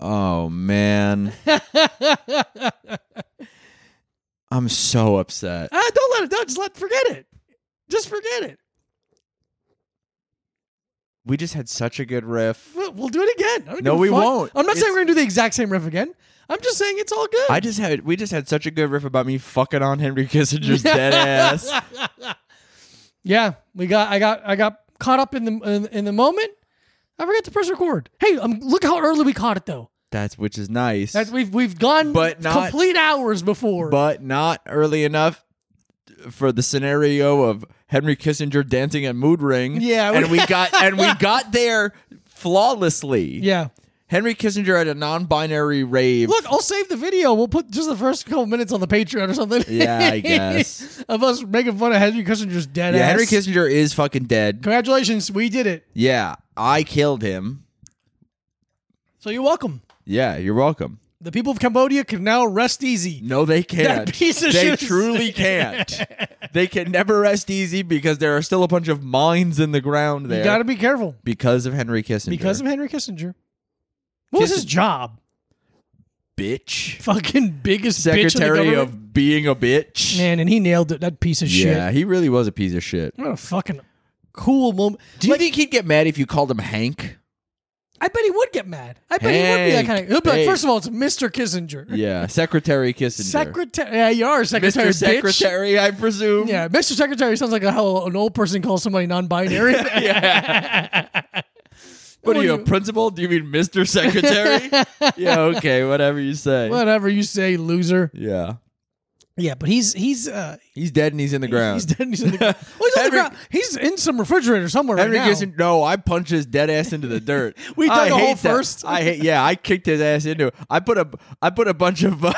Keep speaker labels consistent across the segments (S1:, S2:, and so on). S1: Oh,
S2: Ah,
S1: I'm so upset.
S2: Ah, don't let it. Don't just let forget it. Just forget it.
S1: We just had such a good riff.
S2: We'll, we'll do it again. I don't
S1: No,
S2: give a
S1: we
S2: fuck.
S1: won't.
S2: I'm not
S1: It's-
S2: saying we're gonna do the exact same riff again. I'm just saying it's all good.
S1: I just had we just had such a good riff about me fucking on Henry Kissinger's dead ass.
S2: yeah, we got. I got. I got caught up in the in, in the moment. I forgot to press record. Hey, um, look how early we caught it though.
S1: That's which is nice.
S2: That we've we've gone
S1: But not-
S2: complete hours before.
S1: but not early enough for the scenario of Henry Kissinger dancing at Mood Ring.
S2: Yeah,
S1: and we got and we got there flawlessly.
S2: yeah.
S1: Henry Kissinger at a non-binary rave.
S2: Look, I'll save the video. We'll put just the first couple minutes on the Patreon or something.
S1: Yeah, I guess.
S2: of us making fun of Henry Kissinger's dead
S1: yeah,
S2: ass.
S1: Henry Kissinger is fucking dead.
S2: Congratulations, we did it.
S1: Yeah, I killed him.
S2: So you're welcome.
S1: Yeah, you're welcome.
S2: The people of Cambodia can now rest easy.
S1: No, they can't.
S2: piece of
S1: they
S2: shit.
S1: truly can't. they can never rest easy because there are still a bunch of mines in the ground there
S2: You got to be careful
S1: because of Henry Kissinger.
S2: because of Henry Kissinger. What was his
S1: Kissinger.
S2: job?
S1: bitch,
S2: Fucking biggest bitch in
S1: secretary
S2: the government.
S1: of being a bitch.
S2: man, and he nailed it. That piece of
S1: yeah,
S2: shit.
S1: he really was a piece of shit.
S2: What a fucking cool moment.
S1: Do you
S2: Like,
S1: think he'd get mad if you called him Hank?
S2: I bet he would get mad. I bet he would be that
S1: Hank,
S2: kind of. He'll be like,
S1: hey.
S2: first of all, it's Mr. Kissinger.
S1: Yeah, Secretary Kissinger.
S2: Secretary. Yeah, you are
S1: Mr.
S2: secretary. bitch.
S1: Secretary, I presume.
S2: Yeah, Mr. Secretary sounds like how an old person calls somebody non-binary.
S1: What are
S2: Well,
S1: you, a
S2: you-
S1: principal? Do you mean Mr. Secretary? yeah, okay, whatever you say.
S2: Whatever you say, loser.
S1: Yeah.
S2: Yeah, but he's he's uh,
S1: He's dead and he's in the ground.
S2: he's dead. and He's in the, well, he's, on the
S1: Henry-
S2: ground. he's in some refrigerator somewhere
S1: Henry
S2: right now.
S1: Kissinger, no, I punched his dead ass into the dirt.
S2: We dug
S1: I
S2: a hole
S1: hate that.
S2: first.
S1: I hate. Yeah, I kicked his ass into it. I put a. I put a bunch of. uh,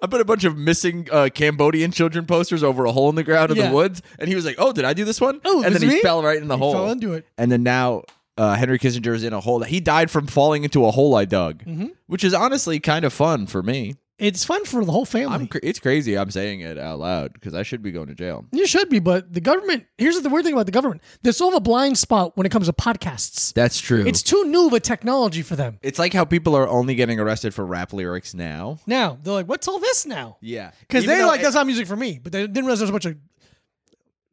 S1: I put a bunch of missing uh, Cambodian children posters over a hole in the ground in
S2: Yeah.
S1: the woods, and he was like, "Oh, did I do this one?"
S2: Oh, it
S1: and then
S2: was
S1: he
S2: me?
S1: fell right in the
S2: He
S1: hole.
S2: fell into it.
S1: And then now uh, Henry Kissinger is in a hole. that He died from falling into a hole I dug,
S2: Mm-hmm.
S1: which is honestly kind of fun for me.
S2: It's fun for the whole family.
S1: I'm. Cr- it's crazy. I'm saying it out loud because I should be going to jail.
S2: you should be, but the government. Here's the weird thing about the government: they still have a blind spot when it comes to podcasts.
S1: That's true.
S2: It's too new of a technology for them.
S1: It's like how people are only getting arrested for rap lyrics now.
S2: Now they're like, "What's all this now?"
S1: Yeah,
S2: Because
S1: Even
S2: they
S1: though
S2: like
S1: it-
S2: that's not music for me, but they didn't realize there's a bunch of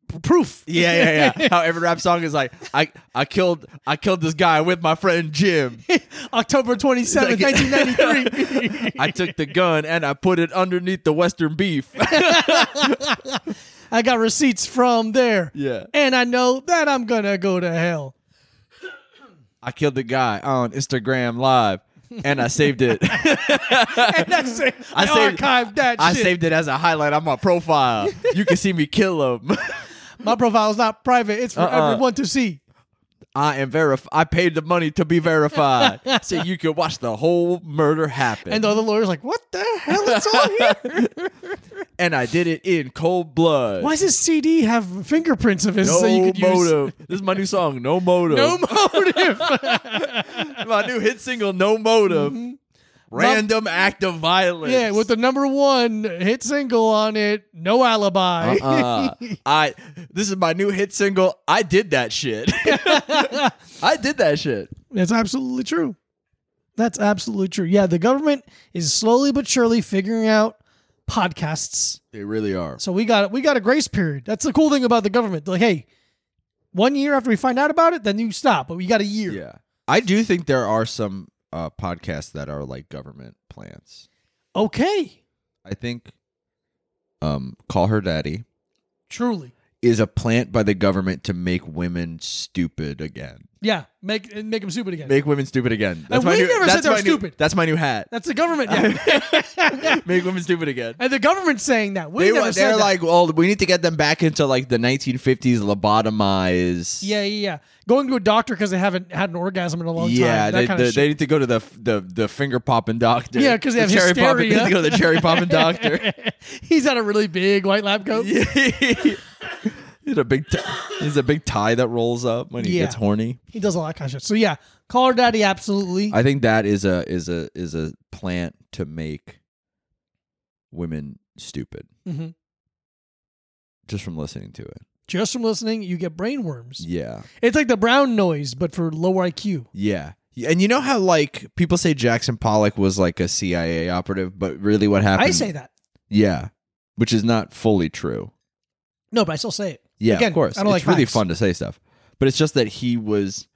S2: p- proof.
S1: Yeah, yeah, yeah. how every rap song is like, I, I killed, I killed this guy with my friend Jim.
S2: October twenty seventh,
S1: Like-
S2: nineteen ninety three.
S1: I took the gun and I put it underneath the Western beef.
S2: I got receipts from there.
S1: Yeah.
S2: and I know that I'm gonna go to hell.
S1: I killed the guy on Instagram Live and I saved it.
S2: And that's it. I,
S1: I saved-
S2: archived that.
S1: I
S2: shit.
S1: saved it as a highlight on my profile. You can see me kill him.
S2: my profile's not private. It's for
S1: Uh-uh.
S2: everyone to see.
S1: I am verif. I paid the money to be verified, so you can watch the whole murder happen.
S2: And the other lawyer's like, "What the hell is on here?
S1: and I did it in cold blood.
S2: Why does his CD have fingerprints of his
S1: No
S2: so you could use?"
S1: motive. This is my new song, No Motive.
S2: No motive.
S1: my new hit single, No Motive. Mm-hmm. Random act of violence.
S2: yeah, with the number one hit single on it, no alibi.
S1: Uh, I this is my new hit single. I did that shit. I did that shit.
S2: That's absolutely true. That's absolutely true. Yeah, the government is slowly but surely figuring out podcasts.
S1: They really are.
S2: So we got we got a grace period. That's the cool thing about the government. They're like, hey, one year after we find out about it, then you stop. But we got a year.
S1: Yeah. I do think there are some uh, podcasts that are like government plants.
S2: Okay.
S1: I think um Call Her Daddy
S2: Truly.
S1: is a plant by the government to make women stupid again.
S2: Yeah. Make make them stupid again.
S1: Make women stupid again. That's
S2: And
S1: my
S2: we
S1: new,
S2: never
S1: that's
S2: said they're
S1: my new-
S2: stupid.
S1: That's my new hat.
S2: That's the government. Yeah.
S1: Make women stupid again.
S2: and the government's saying that. We
S1: They
S2: never
S1: were,
S2: said
S1: they're
S2: that.
S1: like, well, we need to get them back into like the 1950s lobotomize.
S2: yeah, yeah, yeah. Going to a doctor because they haven't had an orgasm in a long
S1: yeah.
S2: time. That
S1: They,
S2: kind
S1: they,
S2: of shit.
S1: they need to go to the the, the finger popping doctor.
S2: Yeah, 'cause they
S1: The
S2: have
S1: cherry popping. They need
S2: hysteria.
S1: to go to the cherry popping doctor.
S2: He's had a really big white lab coat.
S1: he's a big t- he's a big tie that rolls up when he
S2: Yeah.
S1: gets horny.
S2: He does all that kind of shit. So yeah, call her daddy. Absolutely.
S1: I think that is a is a is a plant to make women stupid
S2: hmm
S1: just from listening to it.
S2: Just from listening, you get brain worms.
S1: Yeah.
S2: It's like the brown noise, but for lower IQ.
S1: Yeah. And you know how like people say Jackson Pollock was like a CIA operative, but really what happened
S2: I say that.
S1: Yeah, which is not fully true.
S2: No, but I still say it.
S1: Yeah,
S2: Again,
S1: of course.
S2: I don't
S1: it's
S2: like
S1: really
S2: facts.
S1: fun to say stuff, but it's just that he was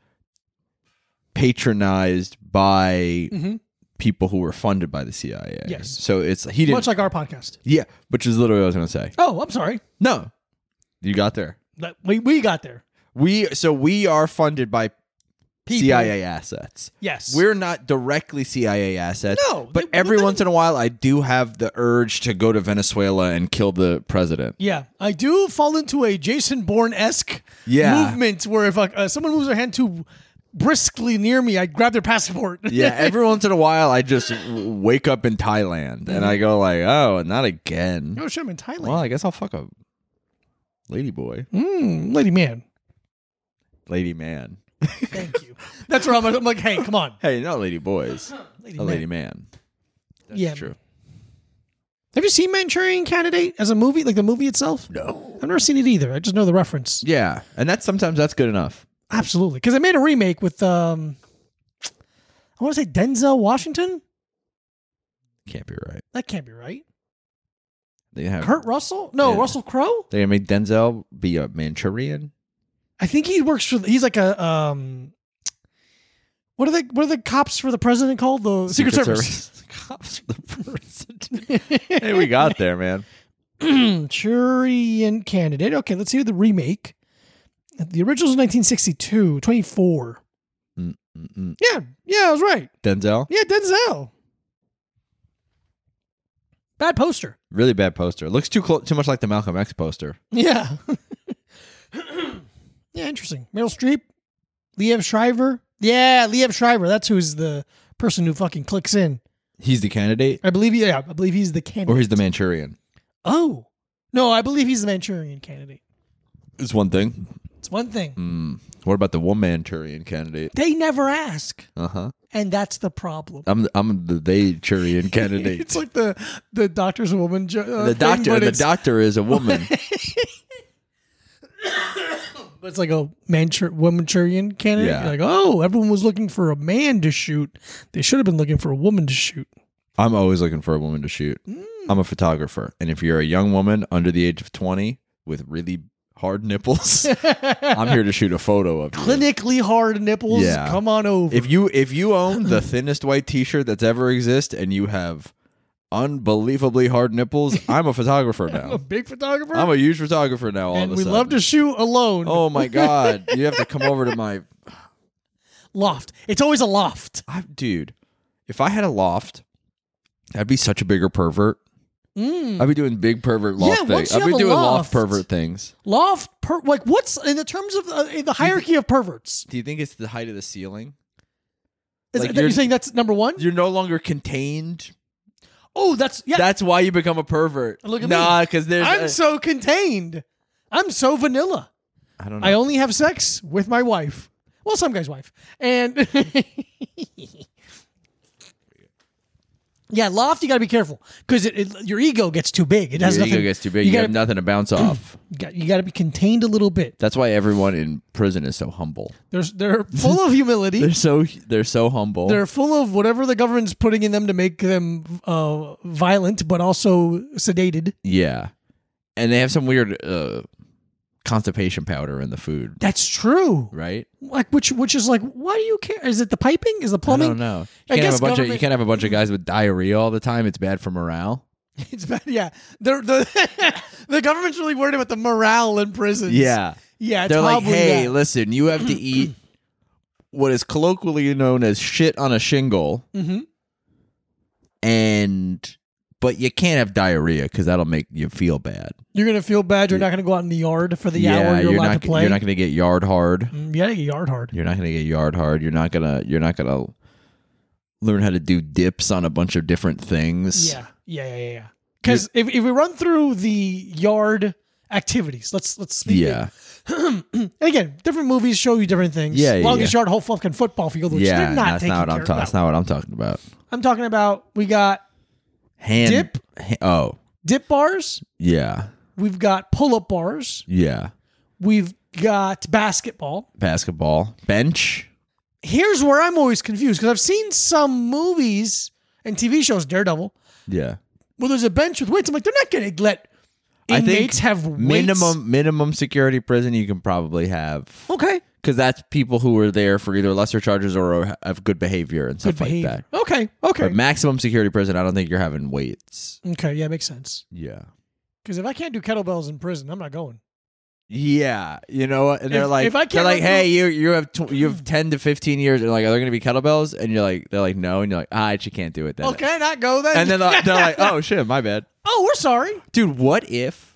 S1: patronized by
S2: Mhm.
S1: people who were funded by the CIA.
S2: Yes.
S1: So it's he didn't.
S2: Much like our podcast.
S1: yeah, which is literally what I was going to say.
S2: Oh, I'm sorry.
S1: No, you got there.
S2: That- We, we got there.
S1: We so we are funded by
S2: People.
S1: CIA assets.
S2: Yes.
S1: We're not directly CIA assets.
S2: No,
S1: but
S2: they-
S1: every
S2: well,
S1: once in a while, I do have the urge to go to Venezuela and kill the president.
S2: Yeah, I do fall into a Jason Bourne esque
S1: Yeah.
S2: movement where if like, uh, someone moves their hand too briskly near me, I grab their passport.
S1: Yeah, every once in a while, I just w- wake up in Thailand and
S2: Mm-hmm.
S1: I go like, "Oh, not again."
S2: oh shit, I'm in Thailand.
S1: Well, I guess I'll fuck a lady boy,
S2: Mm, lady man,
S1: lady man.
S2: thank you. That's where I'm, I'm like, hey, come on,
S1: Hey, not lady boys,
S2: lady
S1: a
S2: man.
S1: lady man. That's
S2: Yeah.
S1: true.
S2: Have you seen Manchurian Candidate as a movie, like the movie itself?
S1: No.
S2: I've never seen it either. I just know the reference.
S1: Yeah, and that's sometimes that's good enough.
S2: Absolutely, because I made a remake with um, I want to say Denzel Washington.
S1: Can't be right.
S2: That can't be right.
S1: They have.
S2: Kurt Russell? No,
S1: Yeah.
S2: Russell Crowe.
S1: They made Denzel be a Manchurian.
S2: I think he works for. He's like a um. What are the what are the cops for the president called? The Secret, Service.
S1: Cops for the president. hey, we got there, man.
S2: Manchurian candidate. Okay, let's hear the remake. The original was 1962, 24.
S1: Mm-mm.
S2: Yeah, yeah, I was right.
S1: Denzel,
S2: Yeah, Denzel. Bad poster.
S1: really bad poster. Looks too close, too much like the Malcolm X poster.
S2: Yeah. yeah, interesting. Meryl Streep, Liev Shriver. Yeah, Liev Shriver. That's who's the person who fucking clicks in.
S1: He's the candidate,
S2: I believe, yeah, I believe he's the candidate.
S1: or he's the Manchurian.
S2: oh, no, I believe he's the Manchurian candidate.
S1: It's one thing.
S2: It's one thing.
S1: Mm. What about the one Manchurian candidate?
S2: They never ask,
S1: Uh huh.
S2: and that's the problem.
S1: I'm I'm the they Churian candidate.
S2: It's like the the doctor's woman. jo- Uh,
S1: the
S2: thing,
S1: doctor.
S2: but
S1: the
S2: it's,
S1: doctor is a woman.
S2: but it's like a Manchur- Manchurian candidate.
S1: Yeah.
S2: You're Like, oh, everyone was looking for a man to shoot. They should have been looking for a woman to shoot.
S1: I'm always looking for a woman to shoot.
S2: Mm.
S1: I'm a photographer, and if you're a young woman under the age of 20 with really hard nipples, I'm here to shoot a photo of you.
S2: Clinically hard nipples.
S1: Yeah.
S2: Come on over.
S1: If you if you own the thinnest white T-shirt that's ever exist, and you have unbelievably hard nipples, I'm a photographer
S2: I'm a
S1: now.
S2: big photographer,
S1: I'm a huge photographer now. All of
S2: and
S1: a
S2: we
S1: sudden.
S2: love to shoot alone.
S1: Oh my god! You have to come over to my
S2: Loft. It's always a loft.
S1: I, dude, if I had a loft, I'd be such a bigger pervert. I'd be doing big pervert loft
S2: Mm. Yeah, once
S1: things.
S2: you
S1: I'd be
S2: have a
S1: doing
S2: loft-
S1: loft pervert things.
S2: Loft. Per- like, what's in the terms of uh, in the hierarchy of perverts?
S1: Do you think it's the height of the ceiling?
S2: Is
S1: Like
S2: that, you're
S1: you're-
S2: saying that's number one?
S1: You're no longer contained.
S2: Oh, that's yeah.
S1: That's why you become a pervert.
S2: Look at
S1: nah, because there's.
S2: I'm
S1: a-
S2: so contained. I'm so vanilla.
S1: I don't know.
S2: I only have sex with my wife. Well, some guy's wife. And yeah, loft. You got to be careful because it, it, your ego gets too big. It has
S1: Your
S2: nothing.
S1: ego gets too big.
S2: You
S1: You,
S2: gotta-
S1: have nothing to bounce off.
S2: you got- you got to be contained a little bit.
S1: That's why everyone in prison is so humble.
S2: There's they're full of humility.
S1: They're so they're so humble.
S2: They're full of whatever the government's putting in them to make them uh, violent, but also sedated.
S1: yeah, and they have some weird uh, constipation powder in the food,
S2: That's true.
S1: right?
S2: Like which which is like, why do you care? Is it the piping? Is the plumbing?
S1: I don't know.
S2: I
S1: You can't, have
S2: guess
S1: a bunch of, you
S2: government-
S1: can't have a bunch of guys with diarrhea all the time. It's bad for morale.
S2: It's bad. Yeah, They're- the the government's really worried about the morale in prisons. yeah. It's
S1: They're like,
S2: probably uh,
S1: hey,
S2: that.
S1: listen, you have to eat what is colloquially known as shit on a shingle.
S2: Mhm.
S1: And, but you can't have diarrhea because that'll make you feel bad.
S2: you're gonna feel bad. You're not gonna go out in the yard for the hour you're, allowed
S1: not,
S2: to play.
S1: you're not going to get yard hard.
S2: Mm, you gotta get yard hard.
S1: You're not going to get yard hard. You're not going to, you're not going to learn how to do dips on a bunch of different things.
S2: Yeah, yeah, yeah, yeah. Because if, if we run through the yard activities, let's let's speak.
S1: Yeah.
S2: And again, different movies show you different things.
S1: Yeah, yeah,
S2: Longest yard, whole fucking football field. Which
S1: Yeah.
S2: they're
S1: no,
S2: not
S1: that's
S2: taking
S1: not what
S2: care
S1: I'm
S2: of.
S1: talking, that's not what I'm talking about.
S2: I'm talking about. We got
S1: Hand
S2: Dip?
S1: ha- oh,
S2: dip bars.
S1: yeah,
S2: We've got pull up bars.
S1: yeah.
S2: We've got basketball.
S1: Basketball bench.
S2: Here's where I'm always confused because I've seen some movies and TV shows, Daredevil,
S1: Yeah,
S2: well, there's a bench with weights. I'm like, they're not going to let
S1: I think
S2: inmates have weights.
S1: Minimum minimum security prison you can probably have
S2: Okay.
S1: because that's people who are there for either lesser charges or have good behavior and stuff
S2: Good behavior.
S1: like that.
S2: Okay. Okay.
S1: But maximum security prison, I don't think you're having weights.
S2: okay. Yeah, makes sense.
S1: Yeah.
S2: Because if I can't do kettlebells in prison, I'm not going.
S1: Yeah, you know what? And they're
S2: If-
S1: like,
S2: if I
S1: they're
S2: can't
S1: like,
S2: remember-
S1: hey, you you have tw- you have ten to fifteen years, and like, are there going to be kettlebells? And you're like, they're like, no, and you're like, ah, I actually can't do it then.
S2: Okay, I not go then?
S1: And then they're, they're like, oh shit, my bad,
S2: oh, we're sorry.
S1: dude. What if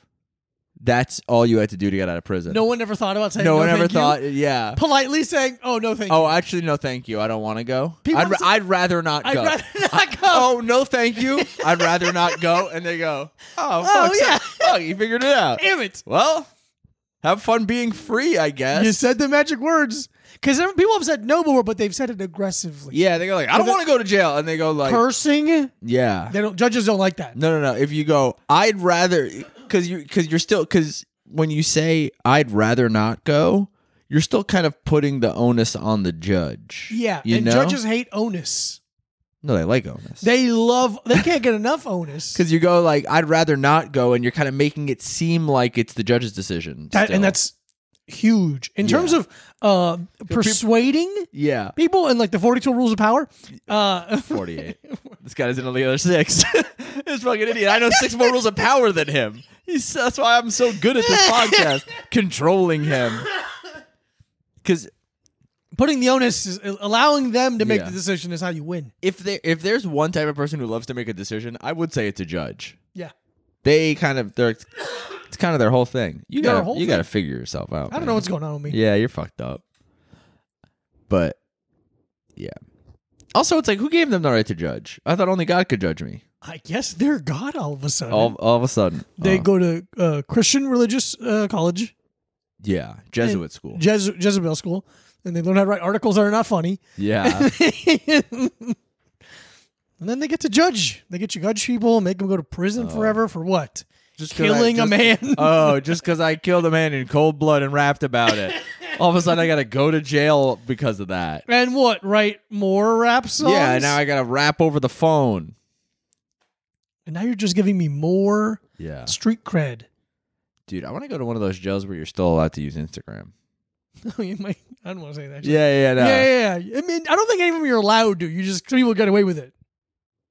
S1: that's all you had to do to get out of prison?
S2: No one ever thought about saying
S1: no,
S2: no,
S1: one ever
S2: thank you.
S1: thought. Yeah.
S2: Politely saying, oh, no, thank you.
S1: Oh, actually, no, thank you. I don't want to go.
S2: People
S1: I'd, ra-
S2: say-
S1: I'd rather not
S2: I'd
S1: go.
S2: rather not go.
S1: oh no, thank you. I'd rather not go. And they go, oh,
S2: Oh,
S1: fuck's sake.
S2: yeah.
S1: oh, you figured it out.
S2: Damn it.
S1: Well, have fun being free, I guess.
S2: You said the magic words. Because people have said no more, but they've said it aggressively.
S1: Yeah, they go like, I don't
S2: the-
S1: want to go to jail, and they go like,
S2: Cursing, they
S1: yeah,
S2: don't. Judges don't like that.
S1: no, no, no. If you go, I'd rather, because you, because you're still, because when you say I'd rather not go, you're still kind of putting the onus on the judge.
S2: Yeah,
S1: you
S2: and
S1: know,
S2: judges hate onus.
S1: no, they like onus.
S2: They love. They can't get enough onus.
S1: Because you go like, I'd rather not go, and you're kind of making it seem like it's the judge's decision.
S2: That,
S1: still.
S2: and that's huge in
S1: Yeah.
S2: terms of uh, persuading
S1: yeah,
S2: people and like the forty-two rules of power. Uh,
S1: forty-eight. this guy isn't on the other six. this fucking idiot. I know six more rules of power than him. He's, that's why I'm so good at this podcast, controlling him. Because
S2: putting the onus, is, uh, allowing them to make
S1: Yeah.
S2: the decision, is how you win.
S1: if there if there's one type of person who loves to make a decision, I would say it's a judge.
S2: Yeah,
S1: They kind of they're it's kind of their whole thing. You
S2: Their
S1: gotta
S2: whole
S1: you gotta figure yourself out.
S2: I don't know what's going on with me.
S1: Yeah, you're fucked up. But yeah. Also, it's like who gave them the right to judge? I thought only God could judge me.
S2: I guess they're God all of a sudden.
S1: All all of a sudden,
S2: Mm-hmm. they
S1: oh,
S2: go to uh, Christian religious uh, college,
S1: yeah Jesuit school.
S2: Jez- Jezebel school, and they learn how to write articles that are not funny.
S1: Yeah,
S2: and then they get to judge. They get to judge people, make them go to prison
S1: Oh.
S2: forever for what?
S1: just 'cause I-
S2: Killing a
S1: just-
S2: man.
S1: Oh, just because I killed a man in cold blood and rapped about it. All of a sudden, I gotta go to jail because of that.
S2: and what? Write more rap songs?
S1: Yeah, now I gotta rap over the phone.
S2: and now you're just giving me more
S1: Yeah.
S2: street cred.
S1: Dude, I want to go to one of those jails where you're still allowed to use Instagram.
S2: Oh, You might- I don't want to say that. actually.
S1: Yeah, yeah, no.
S2: yeah, yeah, yeah. I mean, I don't think any of them you're allowed to. You just some people get away with it.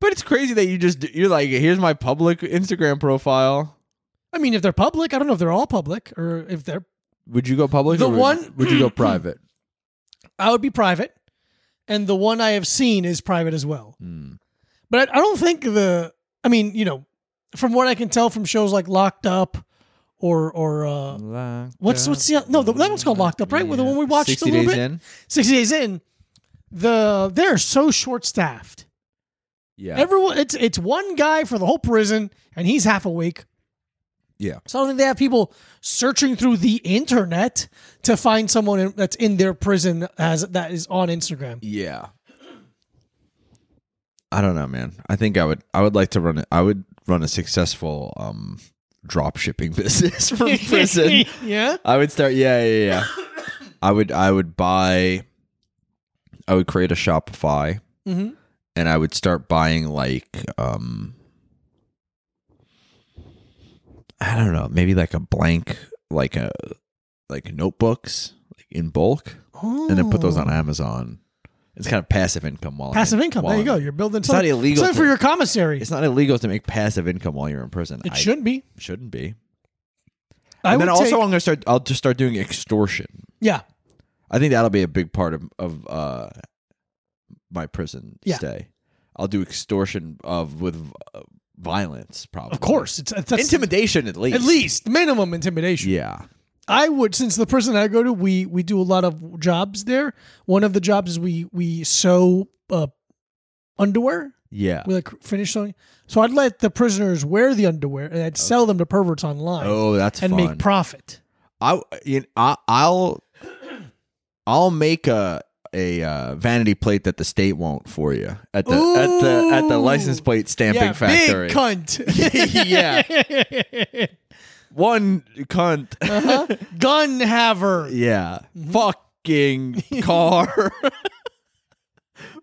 S1: But it's crazy that you just you're like, here's my public Instagram profile.
S2: I mean, if they're public, I don't know if they're all public or if they're.
S1: Would you go public?
S2: The
S1: or would-
S2: one-
S1: Would you go private?
S2: I would be private, and the one I have seen is private as well.
S1: Hmm.
S2: But I, I don't think the. I mean, you know, from what I can tell from shows like Locked Up, or or uh,
S1: Locked
S2: what's what's the no the, that one's called Locked Up, right? Well, the one we watched a
S1: 60
S2: little
S1: days
S2: bit.
S1: in.
S2: Sixty days in, the they're so short staffed.
S1: Yeah.
S2: Everyone, it's it's one guy for the whole prison, and he's half awake.
S1: yeah.
S2: So I don't think they have people searching through the internet to find someone in- that's in their prison as that is on Instagram.
S1: Yeah. I don't know, man. I think I would I would like to run it. I would run a successful um drop shipping business from prison.
S2: yeah.
S1: I would start. Yeah, yeah, yeah. I would. I would buy. I would create a Shopify,
S2: Mhm.
S1: and I would start buying like, um, I don't know, maybe like a blank, like a, like notebooks, like in bulk, and then put those on Amazon. It's kind of passive income while I'm in-
S2: Hmm. Oh. Passive income.
S1: while
S2: There you
S1: I'm
S2: go.
S1: in-
S2: You're building
S1: It's not
S2: something,
S1: illegal.
S2: something
S1: to-
S2: for your commissary.
S1: it's not illegal to make passive income while you're in prison.
S2: It
S1: I-
S2: shouldn't be.
S1: shouldn't be.
S2: I
S1: and then
S2: would
S1: also,
S2: take-
S1: I'm gonna start. I'll just start doing extortion.
S2: yeah.
S1: I think that'll be a big part of of uh, my prison
S2: Yeah.
S1: stay. I'll do extortion of with uh, violence, probably.
S2: Of course, it's that's
S1: intimidation at least.
S2: at least minimum intimidation.
S1: yeah.
S2: I would since the prison I go to, we we do a lot of jobs there. One of the jobs is we we sew uh, underwear.
S1: Yeah.
S2: We like finish sewing. So I'd let the prisoners wear the underwear and I'd sell them to perverts online
S1: Oh, that's
S2: and
S1: fun.
S2: make profit.
S1: I, you know, I I'll I'll make a a uh, vanity plate that the state won't for you at the at the at the
S2: Ooh.
S1: license plate stamping
S2: yeah,
S1: factory.
S2: big cunt. yeah,
S1: One cunt.
S2: gun haver.
S1: Yeah. Fucking car.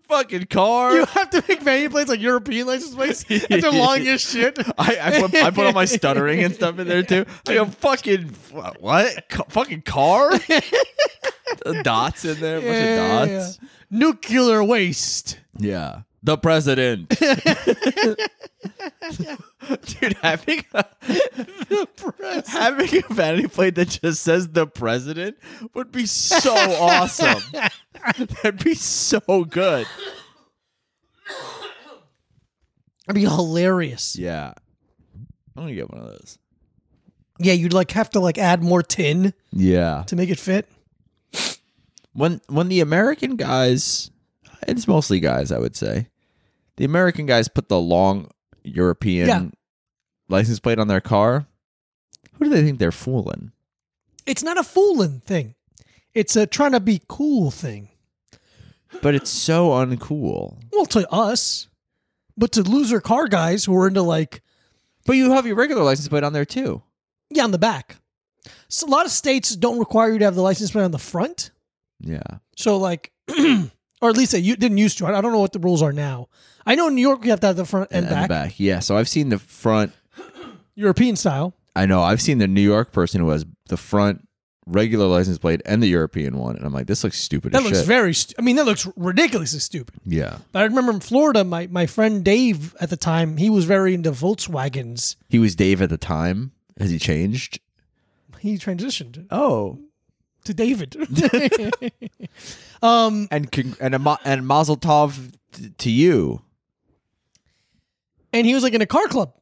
S1: fucking car.
S2: You have to make manual plates like European license plates. That's the longest shit.
S1: I, I, put, I put all my stuttering and stuff in there too. I go fucking wh- what? Ca- fucking car? The dots in there, a bunch
S2: Yeah,
S1: of
S2: yeah,
S1: dots.
S2: yeah. Nuclear waste.
S1: Yeah. the president. Dude, having a, having a vanity plate that just says the president would be so awesome. That'd be so good.
S2: That'd be hilarious.
S1: Yeah,
S2: Yeah.
S1: I'm gonna get one of those.
S2: you'd like have to like add more tin
S1: Yeah,
S2: to make it fit.
S1: when when the American guys, it's mostly guys, I would say, the American guys put the long European
S2: Yeah.
S1: license plate on their car. Who do they think they're fooling?
S2: It's not a fooling thing. It's a trying to be cool thing.
S1: But it's so uncool.
S2: Well, to us, but to loser car guys who are into like
S1: But you have your regular license plate on there too.
S2: yeah on the back. So a lot of states don't require you to have the license plate on the front.
S1: Yeah,
S2: So like, or at least they u- didn't used to. I I don't know what the rules are now. I know in New York you have to have the front and,
S1: the
S2: back,
S1: back. Yeah, so I've seen the front.
S2: European style.
S1: I know I've seen the New York person who has the front regular license plate and the European one, and I'm like, this looks stupid.
S2: That
S1: as
S2: looks
S1: shit.
S2: very. Stu- I mean, that looks ridiculously stupid.
S1: yeah.
S2: But I remember in Florida, my my friend Dave at the time he was very into Volkswagens.
S1: He was Dave at the time. Has he changed?
S2: He transitioned
S1: Oh,
S2: to David.
S1: and con- and a mo- and Mazel Tov t- to you.
S2: and he was like in a car club,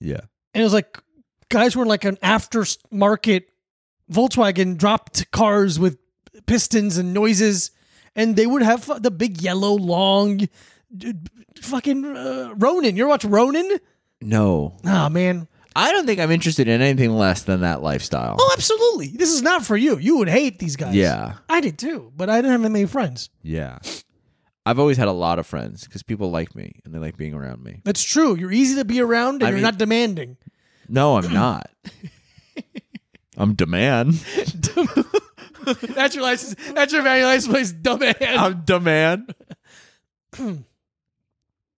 S1: Yeah.
S2: and it was like guys were in like an aftermarket Volkswagen dropped cars with pistons and noises, and they would have fu- the big yellow long. d- d- Fucking uh, Ronin. You ever watch Ronin?
S1: No,
S2: Ah, man.
S1: I don't think I'm interested in anything less than that lifestyle.
S2: Oh, absolutely. This is not for you. You would hate these guys.
S1: Yeah.
S2: I did too, but I didn't have that many friends.
S1: Yeah. I've always had a lot of friends because people like me and they like being around me.
S2: That's true. You're easy to be around and
S1: I
S2: you're
S1: mean-
S2: not demanding.
S1: No, I'm not. I'm demand.
S2: That's your license. That's your value license place, dumbass.
S1: I'm demand.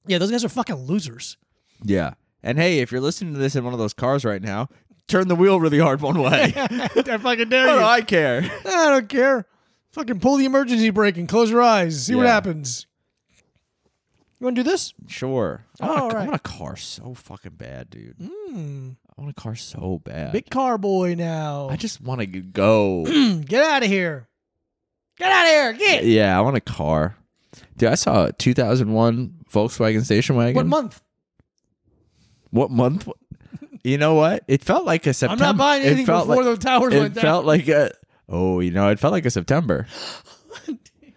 S2: yeah, those guys are fucking losers.
S1: Yeah. And hey, if you're listening to this in one of those cars right now, turn the wheel really hard one way. What
S2: I fucking dare
S1: do
S2: you. I,
S1: I care?
S2: don't care. Fucking pull the emergency brake and close your eyes. See what
S1: Yeah.
S2: happens. You want to do this?
S1: Sure. I want,
S2: All
S1: a, I
S2: right.
S1: want a car so fucking bad, dude. I want a car so bad.
S2: Hmm. Big car boy now. Hmm.
S1: I just want to go.
S2: Get out of here. Get out of here. Get.
S1: yeah, I want a car. Dude, I saw a 2001 Volkswagen station wagon.
S2: What month?
S1: What month? You know what? It felt like a
S2: I'm
S1: September.
S2: not buying anything
S1: it felt like,
S2: before those towers
S1: It
S2: went down.
S1: felt like a. Oh, you know, it felt like a September. but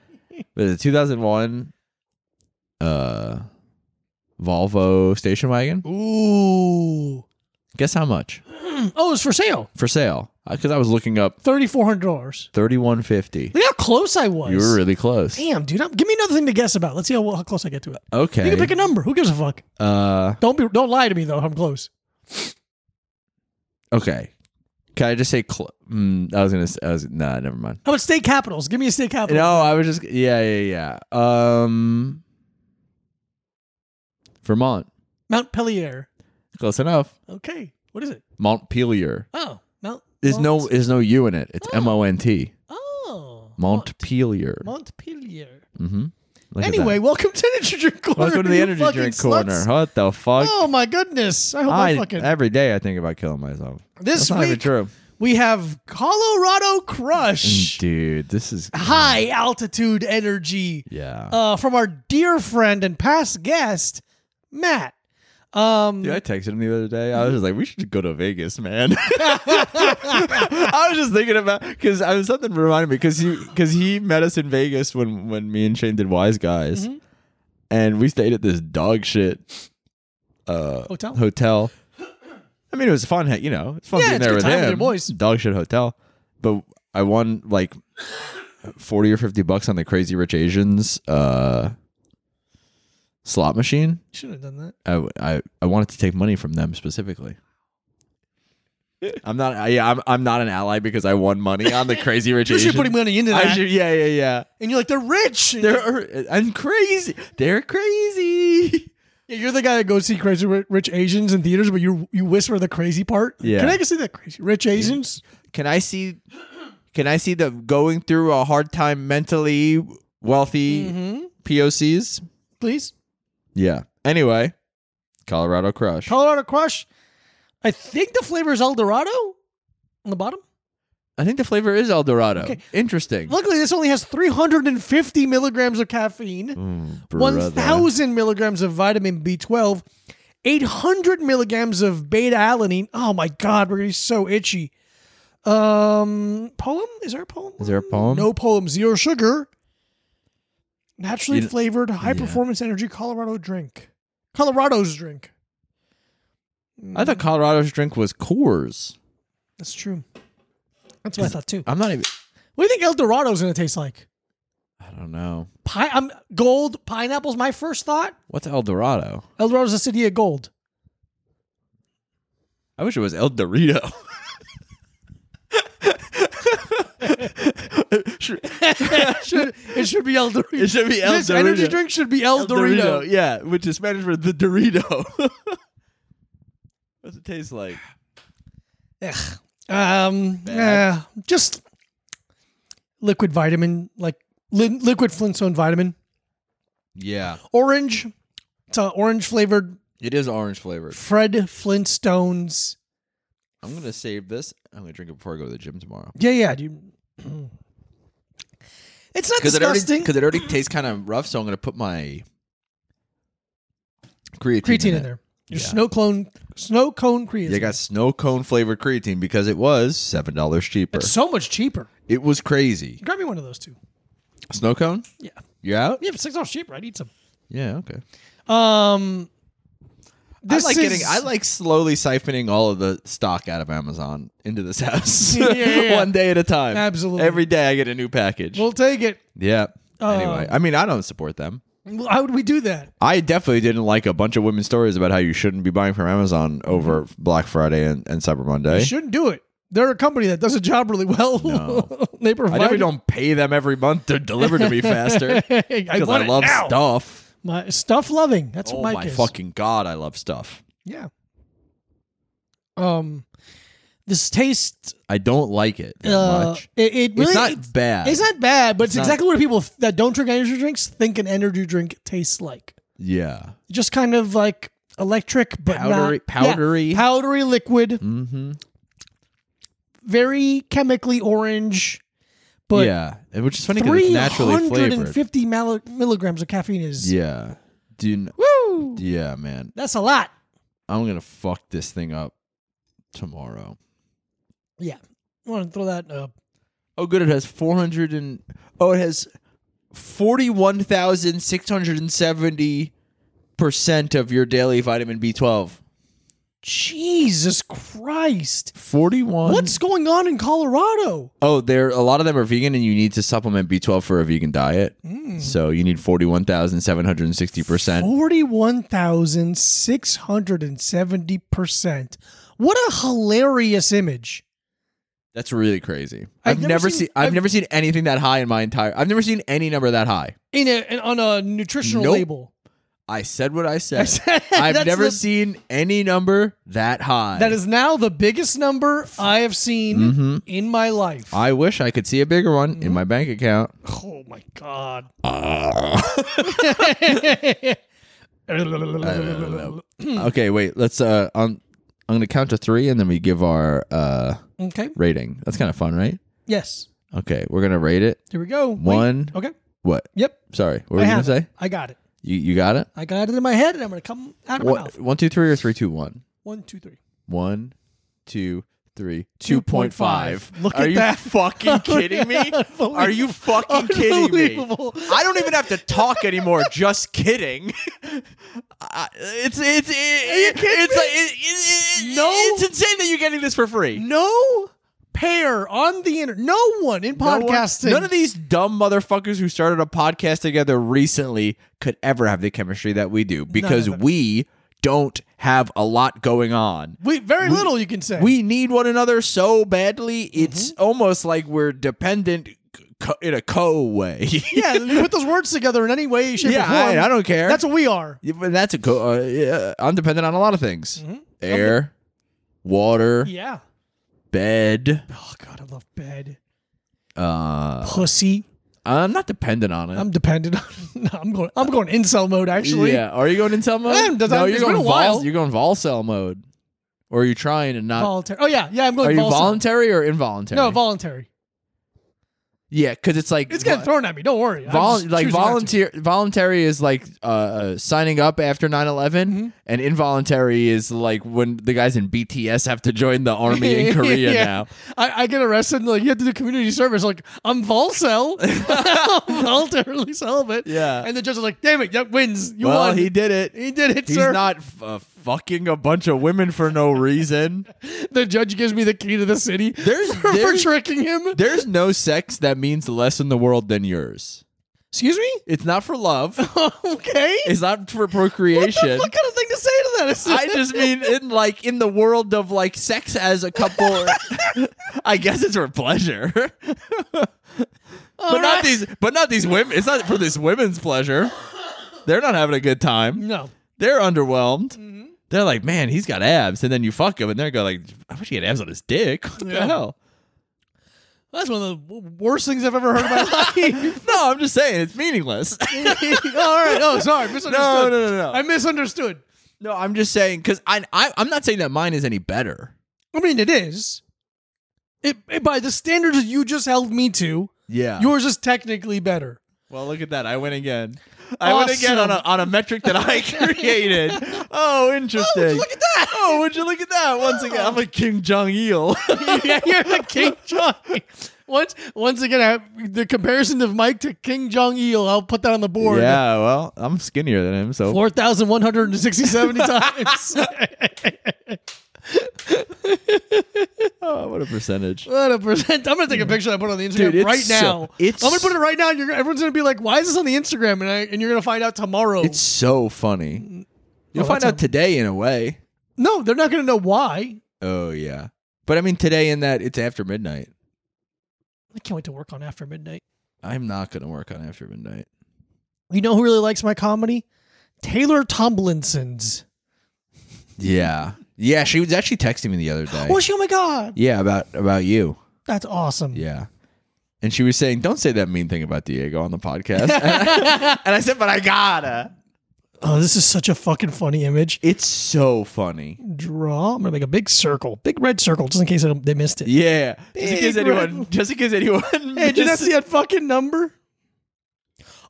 S1: the 2001 uh, Volvo station wagon.
S2: Ooh.
S1: Guess how much
S2: Oh, it's for sale.
S1: for sale? Because I was looking up
S2: Thirty four hundred dollars.
S1: 3150.
S2: Look how close I was.
S1: You were really close.
S2: Damn, dude. I'm- give me another thing to guess about. Let's see how, how close I get to it.
S1: Okay.
S2: You can pick a number. Who gives a fuck?
S1: uh,
S2: Don't be. Don't lie to me though. I'm close.
S1: okay. Can I just say? Cl- mm, I was gonna. Say, I was nah. Never mind.
S2: How about state capitals? Give me a state capital.
S1: No, I was just yeah, yeah, yeah. Um, Vermont,
S2: Mount Pelier.
S1: close enough.
S2: Okay. What is it?
S1: Montpelier.
S2: Oh, Mount.
S1: There's no,
S2: Mont-
S1: there's no U in it. It's M O N T.
S2: Oh.
S1: Montpelier.
S2: Montpelier.
S1: Mm-hmm.
S2: Anyway, welcome to Energy Drink Corner.
S1: welcome to the
S2: you
S1: energy
S2: fucking
S1: drink
S2: sluts.
S1: corner. What the fuck?
S2: Oh my goodness! I hope I,
S1: I-
S2: fucking
S1: every day I think about killing myself.
S2: this
S1: That's not even
S2: week
S1: true, Mm,
S2: we have Colorado Crush,
S1: dude. This is
S2: high altitude energy.
S1: Yeah,
S2: uh, from our dear friend and past guest, Matt. Um,
S1: dude. I texted him the other day. I was just like, we should go to Vegas, man. I was just thinking about because I was something reminded me because he because he met us in Vegas when when me and Shane did Wise Guys,
S2: Mm-hmm.
S1: and we stayed at this dog shit uh,
S2: Hotel?
S1: Hotel. I mean, it was fun. You know, it's fun
S2: Yeah,
S1: being
S2: it's
S1: there
S2: good
S1: with
S2: time with
S1: him.
S2: your boys.
S1: Dog shit hotel, but I won like forty or fifty bucks on the Crazy Rich Asians uh, slot machine.
S2: Shouldn't have done that.
S1: I, I I wanted to take money from them specifically. I'm not. I, yeah, I'm. I'm not an ally because I won money on the Crazy Rich
S2: You should
S1: Asians.
S2: put money into
S1: I
S2: that.
S1: should. Yeah, yeah, yeah.
S2: And you're like, they're rich. And you're-
S1: They're. I'm crazy. They're crazy.
S2: yeah, you're the guy that goes see Crazy Ri- Rich Asians in theaters, but you you whisper the crazy part.
S1: Yeah.
S2: Can I go see that Crazy Rich Asians?
S1: Can I see? Can I see the going through a hard time mentally wealthy
S2: Mm-hmm.
S1: POCs?
S2: Please.
S1: Yeah. Anyway, Colorado Crush.
S2: Colorado Crush. I think the flavor is El Dorado on the bottom.
S1: I think the flavor is El Dorado.
S2: Okay.
S1: Interesting.
S2: Luckily, this only has 350 milligrams of caffeine,
S1: Mm, brother.
S2: 1,000 milligrams of vitamin B12, 800 milligrams of beta alanine. Oh my God, we're going to be so itchy. Um, poem? Is there a poem?
S1: Is there a poem?
S2: No poem. Zero sugar. Naturally
S1: You-
S2: flavored, high
S1: yeah.
S2: performance energy Colorado drink. Colorado's drink.
S1: I thought Colorado's drink was Coors.
S2: That's true. That's what I thought too.
S1: I'm not even.
S2: What do you think El Dorado's going to taste like?
S1: I don't know.
S2: Pi- I'm gold pineapple's my first thought.
S1: What's El Dorado?
S2: El Dorado's a city of gold.
S1: I wish it was El Dorito.
S2: Should- it should be El Dorito.
S1: It should be El
S2: this
S1: Dorito.
S2: energy drink should be El, Dorito.
S1: Yeah, which is Spanish for the Dorito. What's it taste like?
S2: Ugh. Um,
S1: Bad.
S2: yeah, just liquid vitamin, like li- liquid Flintstone vitamin,
S1: Yeah,
S2: orange. It's an orange flavored
S1: it is orange flavored.
S2: Fred Flintstones.
S1: I'm gonna save this. I'm gonna drink it before I go to the gym tomorrow.
S2: Yeah, yeah, dude. It's not
S1: Because it already
S2: disgusting.
S1: because it already tastes kind of rough, so I'm gonna put my creatine,
S2: creatine in,
S1: it.
S2: there. Your
S1: Yeah.
S2: snow clone, snow cone creatine.
S1: They got snow cone flavored creatine because it was seven dollars cheaper.
S2: it's so much cheaper.
S1: it was crazy.
S2: Grab me one of those two.
S1: Snow cone?
S2: Yeah,
S1: You out?
S2: yeah, but six dollars cheaper. I need some.
S1: Yeah. Okay.
S2: Um, this
S1: I like
S2: is,
S1: getting. I like slowly siphoning all of the stock out of Amazon into this house.
S2: Yeah, yeah, yeah.
S1: One day at a time.
S2: Absolutely.
S1: Every day I get a new package.
S2: We'll uh, take it.
S1: yeah. anyway, I mean, I don't support them.
S2: Well, How would we do that?
S1: I definitely didn't like a bunch of women's stories about how you shouldn't be buying from Amazon over Black Friday and, and Cyber Monday.
S2: You shouldn't do it. They're a company that does a job really well.
S1: No.
S2: they provide.
S1: I definitely don't pay them every month to deliver to me faster
S2: I,
S1: because
S2: want
S1: I love
S2: stuff.
S1: stuff.
S2: My stuff loving. That's
S1: Oh
S2: what
S1: my,
S2: Mike is.
S1: fucking god, I love stuff.
S2: Yeah. Um, this taste.
S1: I don't like it that
S2: uh,
S1: much.
S2: It, it really.
S1: it's not
S2: it's,
S1: bad.
S2: it's not bad, but it's,
S1: not-
S2: exactly what people that don't drink energy drinks think an energy drink tastes like.
S1: yeah.
S2: Just kind of like electric, but not-
S1: Powdery-
S2: yeah,
S1: powdery.
S2: powdery liquid.
S1: Mm-hmm.
S2: very chemically orange, but
S1: yeah, and which is funny because it's naturally flavored.
S2: 350 mil- milligrams of caffeine is
S1: Yeah. Do you kn-
S2: woo.
S1: yeah, man.
S2: That's a lot.
S1: I'm gonna fuck this thing up tomorrow.
S2: Yeah, I want to throw that up.
S1: Oh, good. It has 400 and oh, it has 41,670 percent of your daily vitamin B12.
S2: Jesus Christ!
S1: 41.
S2: What's going on in Colorado?
S1: Oh, there a lot of them are vegan, and you need to supplement B12 for a vegan diet. So you need forty-one thousand seven hundred sixty percent.
S2: Forty-one thousand six hundred and seventy percent. What a hilarious image!
S1: That's really crazy.
S2: I've
S1: I've,
S2: never
S1: never,
S2: seen-
S1: seen. I've,
S2: I've-
S1: never seen anything that high in my entire. I've never seen any number that high.
S2: In a in, on a nutritional
S1: Nope.
S2: label.
S1: I said what I
S2: I
S1: said.
S2: said-
S1: I've
S2: that's
S1: never
S2: the-
S1: seen any number that high.
S2: That is now the biggest number I have seen in my life.
S1: I wish I could see a bigger one
S2: Mm-hmm.
S1: in my bank account.
S2: oh my god.
S1: okay, wait. Let's. Uh, I'm. I'm gonna count to three, and then we give our uh
S2: okay.
S1: rating. That's kind of fun, right?
S2: Yes.
S1: Okay, we're gonna rate it.
S2: Here we go.
S1: One.
S2: Wait. Okay.
S1: What?
S2: Yep.
S1: Sorry, what were
S2: I
S1: you gonna
S2: have it.
S1: say?
S2: I got it.
S1: You you got it.
S2: I got it in my head and I'm going to come out of my
S1: One,
S2: mouth.
S1: one, two, three, or three, two, one.
S2: One, two, three.
S1: One, two, three.
S2: 2.5. Look
S1: Are
S2: at
S1: you
S2: that.
S1: fucking kidding me?
S2: Unbelievable.
S1: Are you fucking kidding me?
S2: Unbelievable.
S1: I don't even have to talk anymore. Just kidding. I- It's it's it, it's like it, it, it,
S2: No.
S1: It's insane that you're getting this for free.
S2: No pair on the internet. No one in
S1: No one-
S2: podcasting.
S1: none of these dumb motherfuckers who started a podcast together recently could ever have the chemistry that we do because
S2: them.
S1: we don't have a lot going on.
S2: We very little you can say.
S1: We need one another so badly.
S2: Mm-hmm.
S1: It's almost like we're dependent co- in a co way.
S2: yeah, you put those words together in any way, shape,
S1: yeah,
S2: or form.
S1: I, I don't care.
S2: That's what we are.
S1: Yeah, but that's a co- uh, yeah, I'm dependent on a lot of things: air, water,
S2: Mm-hmm. Yeah.
S1: bed.
S2: Oh God, I love bed.
S1: Uh,
S2: Pussy.
S1: I'm not dependent on it.
S2: I'm dependent on. no, I'm going. I'm going incel mode. Actually.
S1: yeah. Are you going intel mode?
S2: I haven't done
S1: no,
S2: that-
S1: you're
S2: it's been
S1: going
S2: a while.
S1: Vol- you're going volcel mode, or are you trying to not?
S2: Voluntary. Oh yeah, yeah. I'm
S1: are
S2: going.
S1: you
S2: volcel.
S1: voluntary or involuntary?
S2: No, voluntary.
S1: yeah, because it's like
S2: It's getting
S1: vo-
S2: thrown at me. Don't worry. I'm
S1: vol-
S2: just
S1: like
S2: choosing not to.
S1: volunteer voluntary is like uh, uh, signing up after 9-11
S2: Mm-hmm.
S1: and involuntary is like when the guys in bts have to join the army in korea
S2: Yeah.
S1: now
S2: I, I get arrested and like you have to do community service. Like I'm volcel, I'm voluntarily celibate.
S1: Yeah.
S2: and the judge is like, "Damn it, that wins. You
S1: well
S2: won.
S1: he did it
S2: He did it,
S1: he's
S2: sir."
S1: not f- uh, fucking a bunch of women for no reason
S2: the judge gives me the key to the city
S1: There's-
S2: for,
S1: there's-
S2: for tricking him.
S1: there's no sex that means less in the world than yours
S2: Excuse me.
S1: it's not for love
S2: okay.
S1: it's not for
S2: What the
S1: procreation
S2: fuck kind of thing to say to that? Is
S1: I just mean in like in the world of like sex as a couple. I guess it's for pleasure, but not these. But not these women. It's not for this women's pleasure. They're not having a good time.
S2: no.
S1: They're underwhelmed.
S2: Mm-hmm.
S1: They're like, man, he's got abs, and then you fuck him, and they're going like, I wish he had abs on his dick. What the
S2: Yeah.
S1: hell?
S2: That's one of the w- worst things I've ever heard in my life.
S1: No, I'm just saying it's meaningless.
S2: All right. Oh, sorry. Misunderstood.
S1: No, no, no, no.
S2: I misunderstood.
S1: no, I'm just saying because I, I I'm not saying that mine is any better.
S2: I mean, it is. It, it by the standards that you just held me to,
S1: Yeah,
S2: yours is technically better.
S1: Well, look at that. I win again. I win
S2: Awesome.
S1: again on a, on a metric that I created. oh, interesting.
S2: Oh, look at that!
S1: Oh, would you look at that? Once again, I'm a King Jong Il.
S2: yeah, you're the King Jong. Once, once again, I, the comparison of Mike to King Jong Il, I'll put that on the board.
S1: yeah, well, I'm skinnier than him, so.
S2: four thousand one hundred and sixty-seven times.
S1: Oh, what a percentage.
S2: what a percent! I'm gonna take a picture. and I put it on the Instagram
S1: Dude, it's
S2: right
S1: so-
S2: now.
S1: it's-
S2: I'm gonna put it right now. and You're gonna- everyone's gonna be like, "Why is this on the Instagram?" And I, and you're gonna find out tomorrow.
S1: It's so funny. You'll
S2: Oh,
S1: find
S2: that's
S1: out today in a way.
S2: no, they're not gonna know why.
S1: Oh, yeah. But I mean, today in that it's after midnight.
S2: I can't wait to work on after midnight.
S1: I'm not going to work on after midnight.
S2: You know who really likes my comedy? Taylor Tomlinson's.
S1: Yeah. Yeah, she was actually texting me the other day.
S2: Oh, she, oh my god,
S1: yeah, about about you.
S2: that's awesome.
S1: Yeah. And she was saying, "Don't say that mean thing about Diego on the podcast." and, I, and I said, "But I gotta."
S2: Oh, this is such a fucking funny image.
S1: It's so funny.
S2: Draw. I'm gonna make a big circle, big red circle, just in case I- they missed it.
S1: Yeah. Just in
S2: Big
S1: case anyone.
S2: red-
S1: Just in case anyone.
S2: Hey, did you not
S1: misses-
S2: see that fucking number?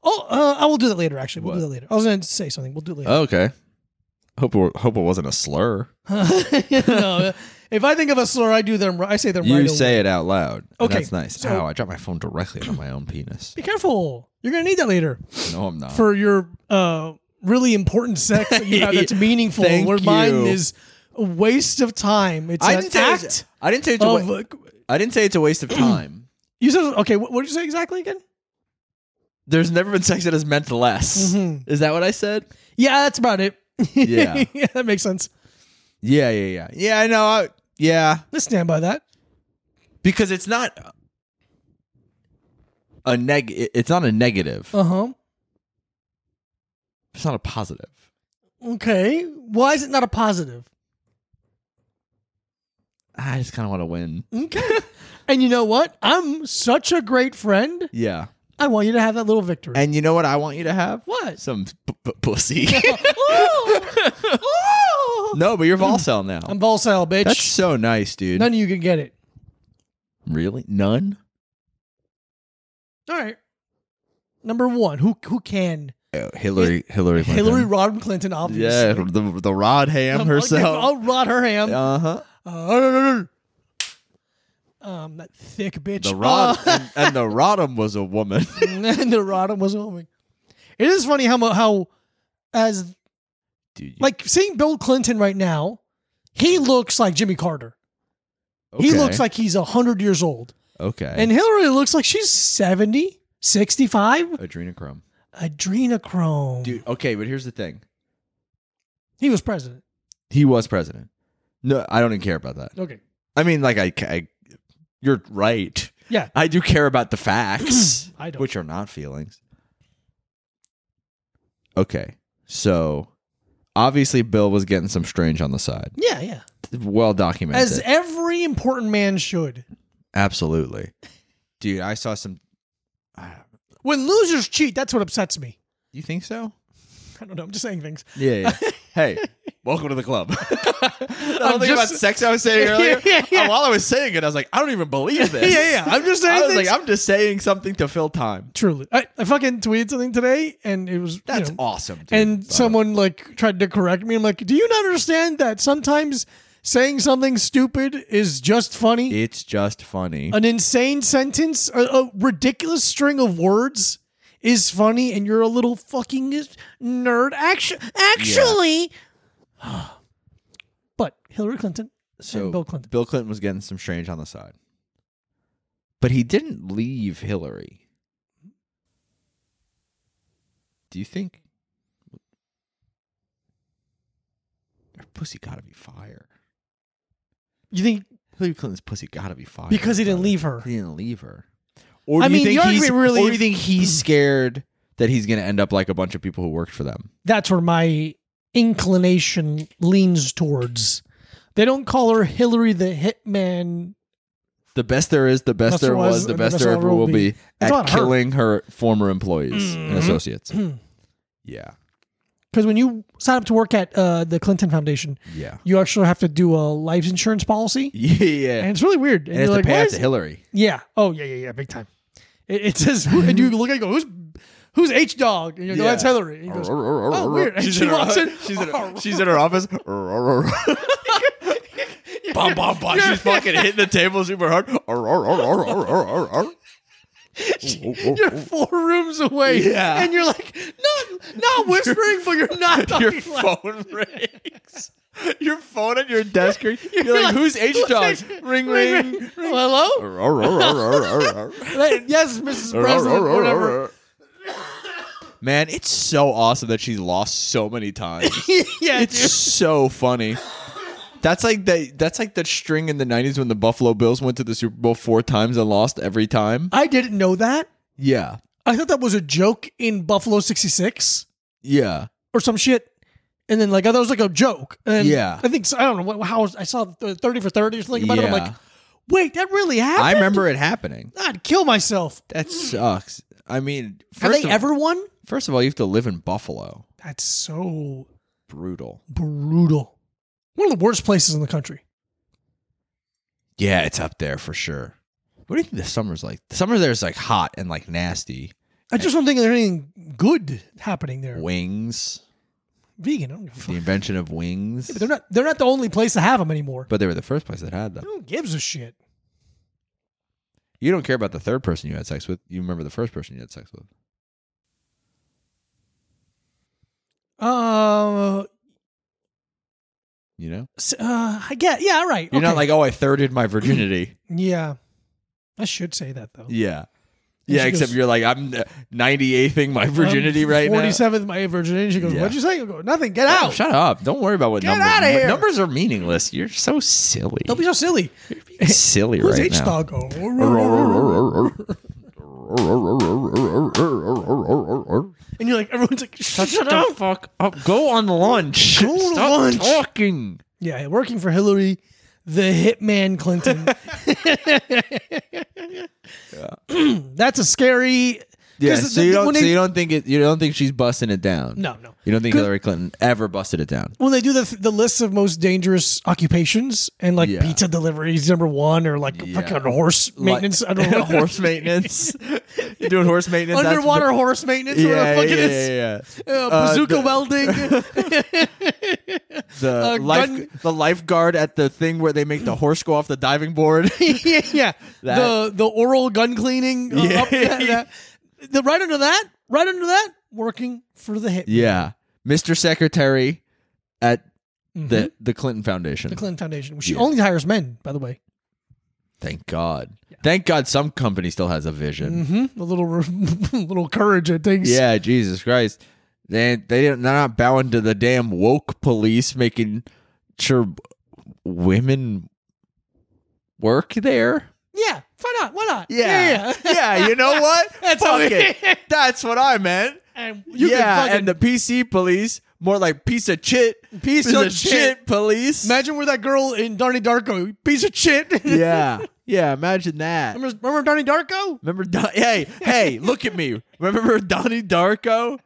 S2: Oh, uh, I will do that later. Actually, we'll
S1: What?
S2: do that later. I was gonna say something. We'll do it later.
S1: Oh, okay. Hope it, hope it wasn't a slur.
S2: Oh. no, uh, if I think of a slur, I do them. ri- I say them.
S1: You
S2: right
S1: say
S2: Away.
S1: it out loud. and
S2: Okay,
S1: that's nice.
S2: so-
S1: Ow! I dropped my phone directly on my own penis.
S2: Be careful. You're gonna need that later
S1: No, I'm not.
S2: for your uh, really important sex that you have that's meaningful.
S1: Thank
S2: where
S1: you.
S2: mine is a waste of time. It's
S1: I
S2: an
S1: didn't say. it was-
S2: act
S1: I didn't say it's a.
S2: of. uh,
S1: Wa- I didn't say it's a waste of time.
S2: you said okay. What, what did you say exactly again?
S1: There's never been sex that has meant less.
S2: Mhm.
S1: Is that what I said?
S2: Yeah, that's about it.
S1: Yeah.
S2: yeah, that makes sense.
S1: Yeah, yeah, yeah. Yeah, I know. I, yeah.
S2: Let's stand by that.
S1: because it's not a neg it's not a negative
S2: Uh huh.
S1: it's not a positive
S2: Okay. Why is it not a positive?
S1: i just kind of want to win
S2: Okay. and you know what? I'm such a great friend.
S1: yeah
S2: I want you to have that little victory.
S1: and you know what i want you to have
S2: what?
S1: some p- p- pussy
S2: Ooh. Ooh.
S1: no but you're volcel now
S2: Oh! I'm Volcel, bitch.
S1: that's so nice dude
S2: None of you can get it.
S1: really none
S2: All right. Number one, who who can?
S1: Oh, hillary hillary Clinton.
S2: Hillary Rodham Clinton, obviously.
S1: yeah the, the rod ham
S2: Um, I'll,
S1: herself
S2: give- I'll rod her ham.
S1: uh-huh
S2: Uh, um, that thick bitch.
S1: the rod
S2: Uh,
S1: and, and the rodham was a woman
S2: and the Rodham was a woman. It is funny how mu- how as
S1: dude you-
S2: like seeing Bill Clinton right now, he looks like Jimmy Carter. He
S1: okay,
S2: looks like he's 100 years old.
S1: okay
S2: And Hillary looks like she's 70, 65.
S1: adrenochrome
S2: Adrenochrome.
S1: dude okay but here's the thing
S2: He was president.
S1: He was president. No, I don't even care about that.
S2: Okay.
S1: I mean, like, I, I you're right.
S2: Yeah.
S1: I do care about the facts,
S2: I don't.
S1: which are not feelings. Okay, so obviously Bill was getting some strange on the side.
S2: Yeah, yeah.
S1: Well documented.
S2: As every important man should.
S1: Absolutely, dude. I saw some. I-
S2: When losers cheat, that's what upsets me.
S1: You think so?
S2: I don't know. I'm just saying things.
S1: Yeah. yeah. hey, welcome to the club. that
S2: I'm
S1: whole thing about
S2: just-
S1: sex I was saying
S2: Yeah,
S1: earlier.
S2: yeah, yeah.
S1: and While I was saying it, I was like, I don't even believe this.
S2: I'm just
S1: I was
S2: things.
S1: like, I'm just saying something to fill time.
S2: Truly, I, I fucking tweeted something today, and it was you
S1: That's
S2: know,
S1: awesome. Dude.
S2: and
S1: But-
S2: someone like tried to correct me. I'm like, do you not understand that sometimes saying something stupid is just funny?
S1: it's just funny.
S2: An insane sentence, a, a ridiculous string of words is funny, and you're a little fucking nerd. Actu- actually, but Hillary Clinton and Bill Clinton.
S1: Bill Clinton was getting some strange on the side, but he didn't leave Hillary. Do you think her pussy gotta be fire?
S2: You think
S1: Hillary Clinton's pussy gotta be fire
S2: because he didn't
S1: brother.
S2: leave her?
S1: He didn't leave her. Or
S2: I
S1: do you
S2: mean,
S1: think
S2: the
S1: he's,
S2: argument really-
S1: or do you think he's scared that he's gonna end up like a bunch of people who worked for them?
S2: that's where my inclination leans towards. They don't call her Hillary the Hitman.
S1: The best there is, the best, there was, the
S2: and
S1: best, there ever will be,
S2: It's
S1: at
S2: on her.
S1: killing her former employees and
S2: Mhm.
S1: associates. yeah.
S2: Because when you sign up to work at uh, the Clinton Foundation,
S1: Yeah.
S2: you actually have to do a life insurance policy.
S1: Yeah.
S2: And it's really weird.
S1: And it's
S2: you're
S1: the
S2: "Why
S1: payout
S2: is
S1: to
S2: it-"
S1: Hillary.
S2: Yeah. Oh, yeah, yeah, yeah. Big time. It, it says, and you look at it and go, who's, who's H Dog? And you go,
S1: Yeah.
S2: that's Hillary. And he goes,
S1: Oh,
S2: weird. And she walks in.
S1: She's in, her, she's in her office. bum, bum, bum. She's fucking hitting the table super hard.
S2: you're four rooms away.
S1: Yeah.
S2: And you're like, not, not whispering, but you're not talking
S1: Your
S2: loud.
S1: phone rings. Your phone at your desk. You're, you're like, who's H Dog? Ring, ring.
S2: Hello? yes, Mrs. President, whatever.
S1: Man, it's so awesome that she's lost so many times.
S2: yeah, dude.
S1: It's so funny. That's like the that's like the string in the '90s when the Buffalo Bills went to the Super Bowl four times and lost every time.
S2: I didn't know that.
S1: Yeah,
S2: I thought that was a joke in Buffalo 66
S1: yeah.
S2: or some shit. And then, like, I thought it was like a joke. And
S1: Yeah.
S2: I think, so, I don't know, what, how I saw the 30 for 30 or something about it. I'm
S1: Yeah.
S2: like, wait, that really happened?
S1: I remember it happening.
S2: I'd kill myself.
S1: That sucks. I mean,
S2: Have
S1: first
S2: they
S1: of,
S2: ever won?
S1: First of all, you have to live in Buffalo.
S2: That's so
S1: Brutal.
S2: brutal. One of the worst places in the country.
S1: Yeah, it's up there for sure. What do you think the summer's like? The summer there's like hot and like nasty.
S2: I just don't think there's anything good happening there.
S1: Wings.
S2: Vegan, I don't give a fuck.
S1: The invention of wings.
S2: But they're not they're not the only place to have them anymore.
S1: But they were the first place that had them.
S2: Who gives a shit?
S1: You don't care about the third person you had sex with. You remember the first person you had sex with.
S2: Uh,
S1: You know?
S2: s- uh I get yeah, all right.
S1: You're
S2: okay.
S1: not like, oh, I thirded my virginity.
S2: yeah. I should say that though.
S1: yeah.
S2: And
S1: Yeah,
S2: she
S1: except
S2: goes-
S1: you're like, I'm 98thing my virginity right now.
S2: Forty seventh, my virginity. She goes,
S1: Yeah.
S2: "What'd you say?" I go, "Nothing. Get
S1: Oh,
S2: out.
S1: shut up. Don't worry about what
S2: Get
S1: numbers.
S2: outta here.
S1: Numbers are meaningless. You're so silly.
S2: Don't be so silly."
S1: silly
S2: Who's
S1: right
S2: H
S1: now.
S2: dog? Oh, and you're like, everyone's like, "Shut, shut up."
S1: fuck up. Go on lunch.
S2: Go to
S1: Stop
S2: lunch.
S1: talking.
S2: Yeah, working for Hillary, the hitman Clinton. That's a scary.
S1: Yeah,
S2: 'cause
S1: so
S2: the-
S1: you
S2: the-
S1: don't
S2: when they-
S1: so you don't think it you don't think she's busting it down.
S2: No, no.
S1: You don't think
S2: 'Cause-
S1: Hillary Clinton ever busted it down.
S2: when they do the the lists of most dangerous occupations and like
S1: Yeah.
S2: pizza deliveries number one or like
S1: Yeah.
S2: fucking horse maintenance I don't know
S1: horse maintenance. You're doing horse maintenance. that's-
S2: underwater horse maintenance
S1: Yeah,
S2: whatever the fuck
S1: yeah,
S2: it
S1: yeah,
S2: is
S1: yeah, yeah.
S2: Uh, bazooka
S1: the-
S2: welding
S1: The
S2: uh,
S1: life,
S2: gun-
S1: the lifeguard at the thing where they make the horse go off the diving board.
S2: yeah, yeah.
S1: That-
S2: the the oral gun cleaning uh,
S1: Yeah.
S2: up- yeah, yeah. The, right under that right under that working for the hit
S1: yeah, Mr. Secretary at the the Clinton Foundation.
S2: Mm-hmm. the Clinton Foundation she
S1: Yeah.
S2: only hires men by the way
S1: Thank God. Thank God some
S2: Mm-hmm.
S1: company still has a vision.
S2: hmm a little little courage at things
S1: Yeah, Jesus Christ. They they don't- they're not bowing to the damn woke police, making sure women work there.
S2: Yeah, why not? Why not?
S1: Yeah, yeah. You know what?
S2: That's
S1: Fuck
S2: all-
S1: it. That's what I meant.
S2: and you
S1: yeah,
S2: can fucking
S1: and the PC police more like piece of chit,
S2: piece,
S1: piece
S2: of,
S1: of
S2: shit.
S1: shit police.
S2: Imagine where that girl in Donnie Darko, piece of shit.
S1: yeah, yeah. Imagine that.
S2: remember, remember Donnie Darko?
S1: Remember, Don- hey, hey, look at me. Remember Donnie Darko?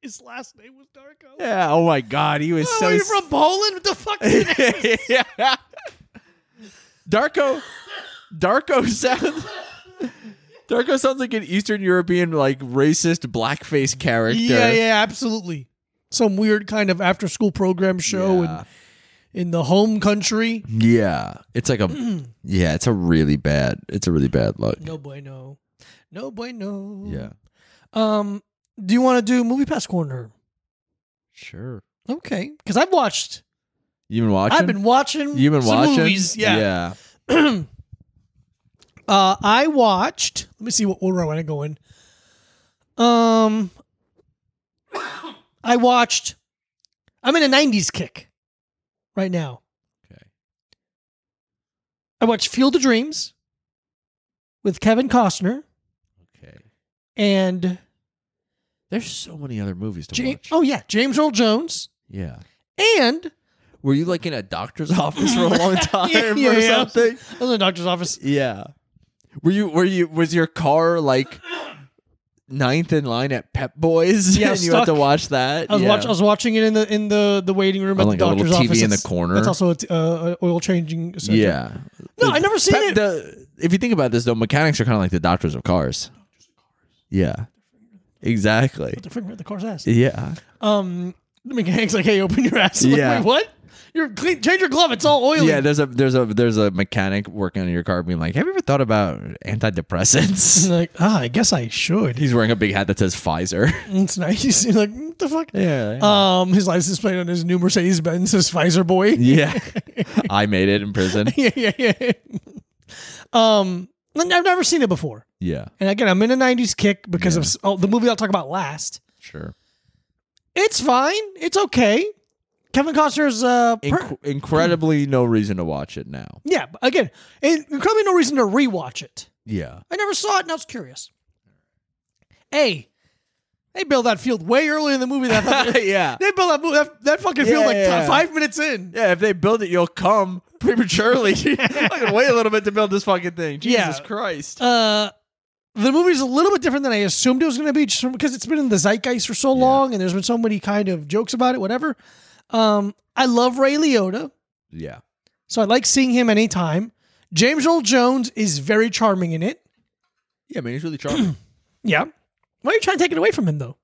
S2: His last name was Darko.
S1: Yeah. Oh my God, he was
S2: Oh,
S1: so.
S2: are you from Poland? What the fuck? is that?
S1: s- yeah. Darko, Darko sounds. Darko sounds like an Eastern European, like racist blackface character.
S2: yeah, yeah, absolutely. Some weird kind of after-school program show
S1: Yeah.
S2: in in the home country.
S1: Yeah. It's like a. yeah, it's a really bad. It's a really bad look.
S2: No bueno. No bueno.
S1: Yeah.
S2: Um, do you want to do movie pass corner?
S1: Sure.
S2: Okay, because I've watched.
S1: You've been watching.
S2: I've been watching.
S1: You've been
S2: some
S1: watching
S2: movies. Yeah.
S1: Yeah.
S2: Uh, I watched. Let me see what order I want to go in. Um, I watched. I'm in a '90s kick right now.
S1: Okay.
S2: I watched Field of Dreams with Kevin Costner
S1: Okay.
S2: and
S1: There's so many other movies to
S2: James.
S1: watch.
S2: Oh yeah, James Earl Jones
S1: Yeah.
S2: and
S1: Were you like in a doctor's office for a long time
S2: Yeah, yeah,
S1: or
S2: yeah.
S1: something?
S2: I was in the doctor's office.
S1: Yeah. Were you were you was your car like ninth in line at Pep Boys?
S2: Yeah,
S1: and you had to
S2: stuck.
S1: watch that.
S2: I was
S1: yeah.
S2: watch, I was watching it in the in the the waiting room
S1: On,
S2: at
S1: like, a
S2: the
S1: little
S2: doctor's
S1: TV
S2: office.
S1: in the
S2: It's-
S1: corner.
S2: That's also a t- uh, a oil changing. Center.
S1: yeah.
S2: No, I never seen
S1: Pep-
S2: it.
S1: the- if you think about this though, mechanics are kind of like the doctors of cars. Yeah. Exactly.
S2: Put the finger at the car's ass.
S1: Yeah.
S2: Um, the mechanic's like, "Hey, open your ass." I'm like,
S1: Yeah.
S2: Wait, what? You're clean. Change your glove. It's all oily.
S1: Yeah, there's a there's a there's a mechanic working on your car being like, "Have you ever thought about antidepressants?"
S2: And like, ah, I guess I should.
S1: He's wearing a big hat that says Pfizer.
S2: It's nice. You're like, what the fuck?
S1: Yeah.
S2: Um, his license plate on his new Mercedes Benz says Pfizer boy.
S1: Yeah. I made it in prison.
S2: yeah, yeah, yeah. Um, and I've never seen it before.
S1: Yeah.
S2: And again, I'm in a '90s kick because of s- oh, the movie I'll talk about last.
S1: Sure.
S2: It's fine. It's okay. Kevin Costner's uh, per-
S1: Inc- incredibly no reason to watch it now.
S2: yeah. but Again, and probably no reason to rewatch it.
S1: Yeah.
S2: I never saw it, and I was curious. A, they built that field way earlier in the movie. That I thought-
S1: yeah.
S2: they built that, mo- that that fucking field
S1: Yeah,
S2: like
S1: yeah.
S2: five minutes in.
S1: Yeah, if they build it, you'll come prematurely. I can wait a little bit to build this fucking thing.
S2: Yeah.
S1: Jesus Christ.
S2: Uh, the movie's a little bit different than I assumed it was going to be, just from- because it's been in the zeitgeist for so long, and there's been so many kind of jokes about it. Whatever. Um, I love Ray Liotta,
S1: Yeah.
S2: so I like seeing him anytime. James Earl Jones is very charming in it.
S1: Yeah, man, he's really charming.
S2: Yeah. Why are you trying to take it away from him though?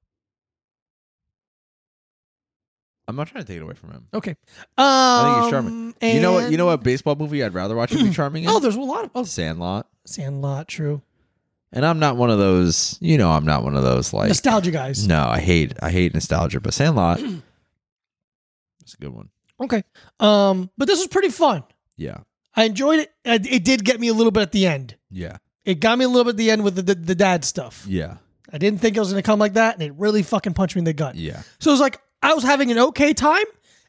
S1: I'm not trying to take it away from him.
S2: Okay. Um,
S1: I think he's charming. you know what? You know what baseball movie I'd rather watch him be charming in?
S2: Oh, there's a lot of oh,
S1: Sandlot.
S2: Sandlot. True.
S1: And I'm not one of those. You know, I'm not one of those like.
S2: Nostalgia guys.
S1: no, I hate I hate nostalgia, but Sandlot. It's a good one.
S2: Okay. Um, but this was pretty fun.
S1: Yeah.
S2: I enjoyed it. Uh, It did get me a little bit at the end.
S1: Yeah.
S2: It got me a little bit at the end with the the, the dad stuff.
S1: Yeah.
S2: I didn't think it was gonna come like that, and it really fucking punched me in the gut.
S1: Yeah.
S2: So it was like I was having an okay time,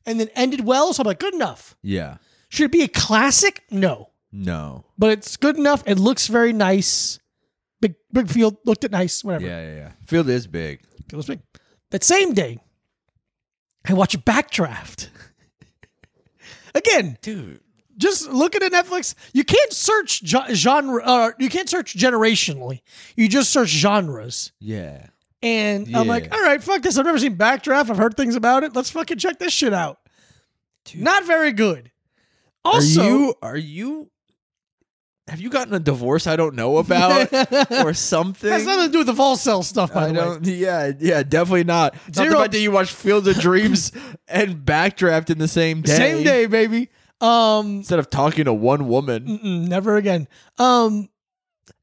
S2: and then ended well. So I'm like, good enough.
S1: Yeah.
S2: Should it be a classic? No,
S1: No.
S2: but it's good enough. It looks very nice. Big big field looked at nice. Whatever.
S1: Yeah, yeah, yeah. Field is big.
S2: It was big. That same day, I watched Backdraft. Again,
S1: Dude.
S2: just looking at Netflix, you can't search ge- genre. Uh, you can't search generationally. You just search genres.
S1: Yeah.
S2: And I'm like,
S1: Yeah.
S2: all right, fuck this. I've never seen Backdraft. I've heard things about it. Let's fucking check this shit out. Not very good. Also,
S1: are you are you have you gotten a divorce I don't know about or something?
S2: has nothing to do with the Vol Cell stuff,
S1: I
S2: by the way.
S1: don't yeah, yeah, definitely not. It's Not the
S2: Zero-
S1: fact that you watch Field of Dreams and Backdraft in the same day.
S2: Same day, baby. Um,
S1: Instead of talking to one woman.
S2: Mm-mm, never again. Um,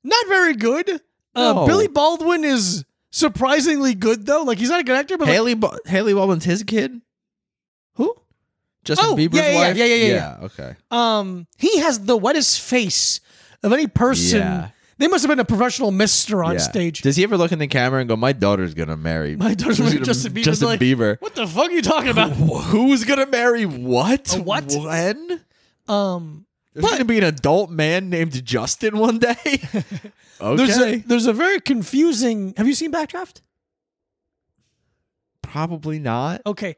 S2: not very good. Uh,
S1: No.
S2: Billy Baldwin is surprisingly good though. Like he's not a good actor, but like,
S1: Haley ba- Haley Baldwin's his kid?
S2: who?
S1: Justin
S2: Oh,
S1: Bieber's
S2: yeah, yeah, yeah,
S1: wife?
S2: yeah, yeah, yeah,
S1: okay.
S2: Um, he has the wettest face of any person
S1: Yeah.
S2: They must have been a professional mister on
S1: Yeah.
S2: stage.
S1: Does he ever look in the camera and go, "My daughter's gonna marry
S2: My daughter's gonna marry Justin Bieber."
S1: Justin
S2: Like-
S1: Bieber.
S2: what the fuck are you talking about?
S1: Who's gonna marry what?
S2: A what?
S1: When? There's
S2: um,
S1: gonna be an adult man named Justin one day. okay.
S2: there's a there's a very confusing. Have you seen Backdraft?
S1: Probably not.
S2: Okay.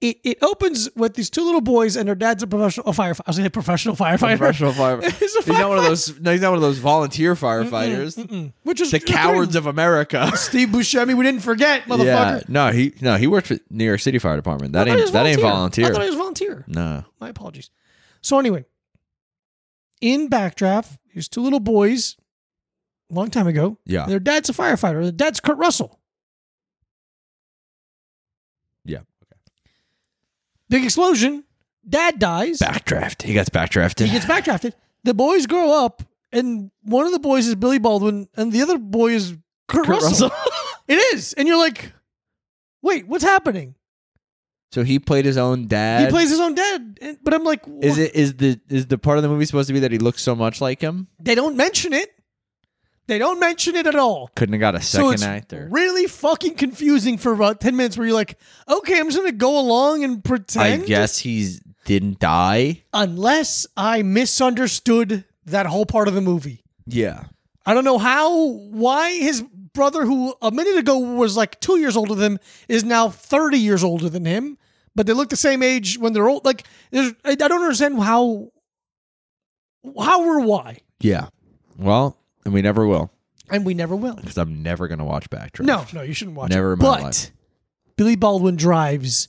S2: It, it opens with these two little boys and their dad's a professional a firefighter. I was gonna say professional firefighter.
S1: Professional firefighter.
S2: He's a
S1: not one of those. No, he's not one of those volunteer firefighters.
S2: Which is
S1: The cowards of America.
S2: Steve Buscemi. We didn't forget, motherfucker.
S1: Yeah. No, he no he worked for New York City Fire Department. That
S2: I thought he
S1: ain't
S2: was
S1: that ain't volunteer.
S2: I thought he was volunteer.
S1: no.
S2: My apologies. So anyway, in Backdraft, there's two little boys, a long time ago.
S1: Yeah.
S2: Their dad's a firefighter. Their dad's Kurt Russell.
S1: Yeah.
S2: Big explosion. Dad dies.
S1: Backdraft. He gets backdrafted.
S2: He gets backdrafted. The boys grow up, and one of the boys is Billy Baldwin, and the other boy is Kurt,
S1: Kurt
S2: Russell. it is, and you're like, wait, what's happening?
S1: so he played his own dad.
S2: he plays his own dad, and, but I'm like,
S1: Is
S2: wha-
S1: it is the is the part of the movie supposed to be that he looks so much like him?
S2: They don't mention it. They don't mention it at all.
S1: Couldn't have got a
S2: So
S1: second
S2: it's
S1: actor.
S2: really fucking confusing for about ten minutes, where you're like, okay, I'm just gonna go along and
S1: I
S2: pretend,
S1: guess he's didn't die.
S2: unless I misunderstood that whole part of the movie.
S1: Yeah.
S2: I don't know how, why his brother, who a minute ago was like two years older than him, is now 30 years older than him, but they look the same age when they're old. Like, there's, I I don't understand how, how or why.
S1: Yeah. Well, and we never will
S2: And we never will.
S1: because I'm never gonna watch Backdraft.
S2: No, no, you shouldn't watch
S1: Never
S2: it.
S1: in my
S2: but
S1: life.
S2: Billy Baldwin drives,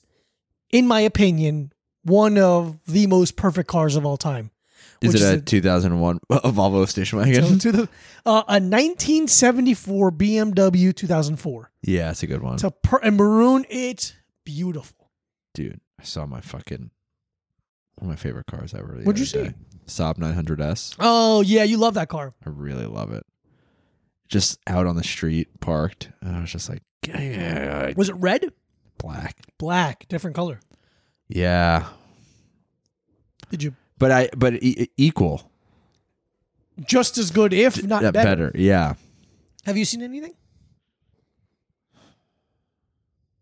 S2: in my opinion, one of the most perfect cars of all time.
S1: Is it
S2: which is
S1: a 2001 Volvo station wagon?
S2: to the, uh, a 1974 BMW 2004.
S1: yeah, it's a good one,
S2: It's a per- and maroon. It's beautiful.
S1: dude. I saw my fucking one of my favorite cars ever. the
S2: What'd you
S1: other
S2: see?
S1: day. Saab 900S.
S2: Oh yeah, you love that car.
S1: I really love it. Just out on the street, parked. And I was just like, yeah,
S2: Was it red?
S1: black.
S2: Black, different color.
S1: Yeah,
S2: Did you
S1: but I but e- e- equal
S2: just as good, if not
S1: Yeah, better.
S2: better.
S1: Yeah,
S2: Have you seen anything?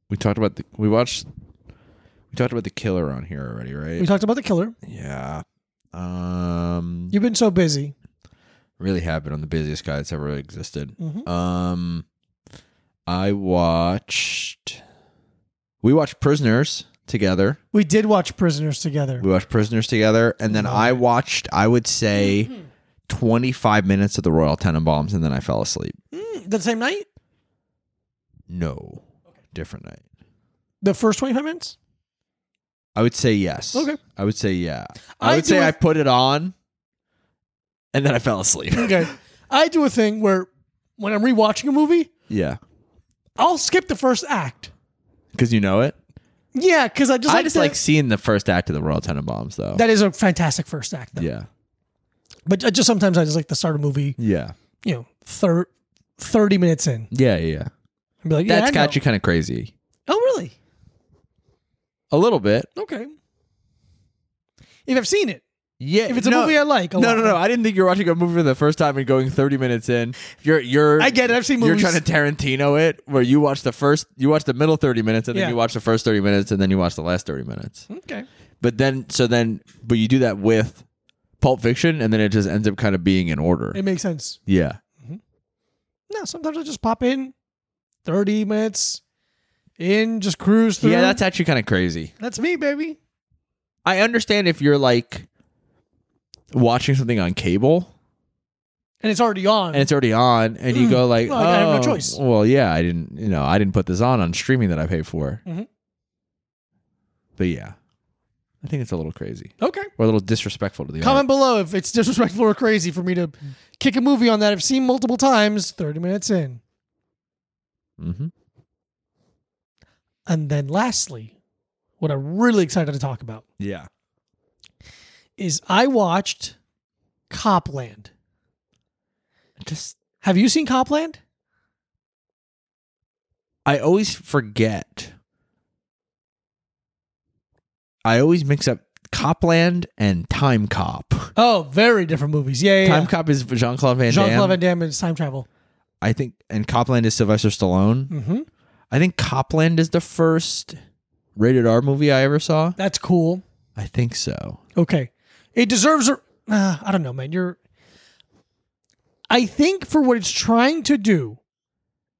S1: we talked about the we watched we talked about the killer on here already, right?
S2: We talked about the killer.
S1: yeah. Um,
S2: You've been so busy.
S1: really happy on the busiest guy that's ever existed.
S2: Mhm.
S1: Um, I watched. We watched Prisoners together.
S2: We did watch Prisoners together.
S1: We watched Prisoners together, and then I watched. I would say. 25 minutes of the Royal Tenenbaums and then I fell asleep.
S2: Mm, the same night.
S1: No. Different night.
S2: The first twenty five minutes.
S1: I would say yes.
S2: Okay.
S1: I would say yeah. I,
S2: I
S1: would
S2: do
S1: say
S2: a-
S1: I put it on and then I fell asleep.
S2: Okay. I do a thing where when I'm rewatching a movie,
S1: yeah.
S2: I'll skip the first act.
S1: Cuz you know it.
S2: Yeah, because I just
S1: I
S2: like
S1: just
S2: to-
S1: like seeing the first act of the Royal Tenenbaums though.
S2: that is a fantastic first act. Though.
S1: yeah.
S2: But I just sometimes I just like to start a movie.
S1: Yeah.
S2: You know, thir- thirty minutes in.
S1: Yeah, yeah, yeah.
S2: And be like, yeah,
S1: That's
S2: I know.
S1: got you kind of crazy.
S2: Oh, really?
S1: A little bit.
S2: Okay. If I've seen it,
S1: Yeah.
S2: if it's a
S1: no-
S2: movie I like, a
S1: No,
S2: lot.
S1: no, no. I didn't think you're watching a movie for the first time and going 30 minutes in. You're you're
S2: I get it. I've seen
S1: You're
S2: movies.
S1: trying to Tarantino it where you watch the first you watch the middle 30 minutes and then
S2: Yeah.
S1: you watch the first 30 minutes and then you watch the last 30 minutes.
S2: Okay.
S1: But then, so then, but you do that with Pulp Fiction, and then it just ends up kind of being in order.
S2: It makes sense.
S1: Yeah,
S2: No, sometimes I just pop in, thirty minutes, in just cruise through.
S1: yeah, that's actually kind of crazy.
S2: that's me, baby.
S1: I understand if you're like watching something on cable
S2: And it's already on.
S1: and it's already on, and you go like,
S2: Mm. Well, I have no
S1: "Oh,
S2: choice."
S1: Well, yeah, I didn't, you know, I didn't put this on on streaming that I pay for.
S2: Mhm.
S1: But yeah, I think it's a little crazy
S2: okay.
S1: or a little disrespectful to the
S2: Comment below if it's disrespectful or crazy for me to kick a movie on that I've seen multiple times, thirty minutes in.
S1: hmm
S2: And then lastly, what I'm really excited to talk about
S1: Yeah,
S2: is I watched Copland.
S1: just
S2: Have you seen Copland?
S1: I always forget. I always mix up Copland and Time Cop.
S2: Oh, very different movies. Yeah, yeah.
S1: Time
S2: yeah.
S1: Cop is Jean Claude Van
S2: Jean Claude
S1: Damme.
S2: Van Damme is time travel.
S1: I think, and Copland is Sylvester Stallone.
S2: hmm
S1: I think Copland is the first rated R movie I ever saw.
S2: That's cool.
S1: I think so.
S2: Okay. It deserves a. Uh, I don't know, man. You're. I think for what it's trying to do,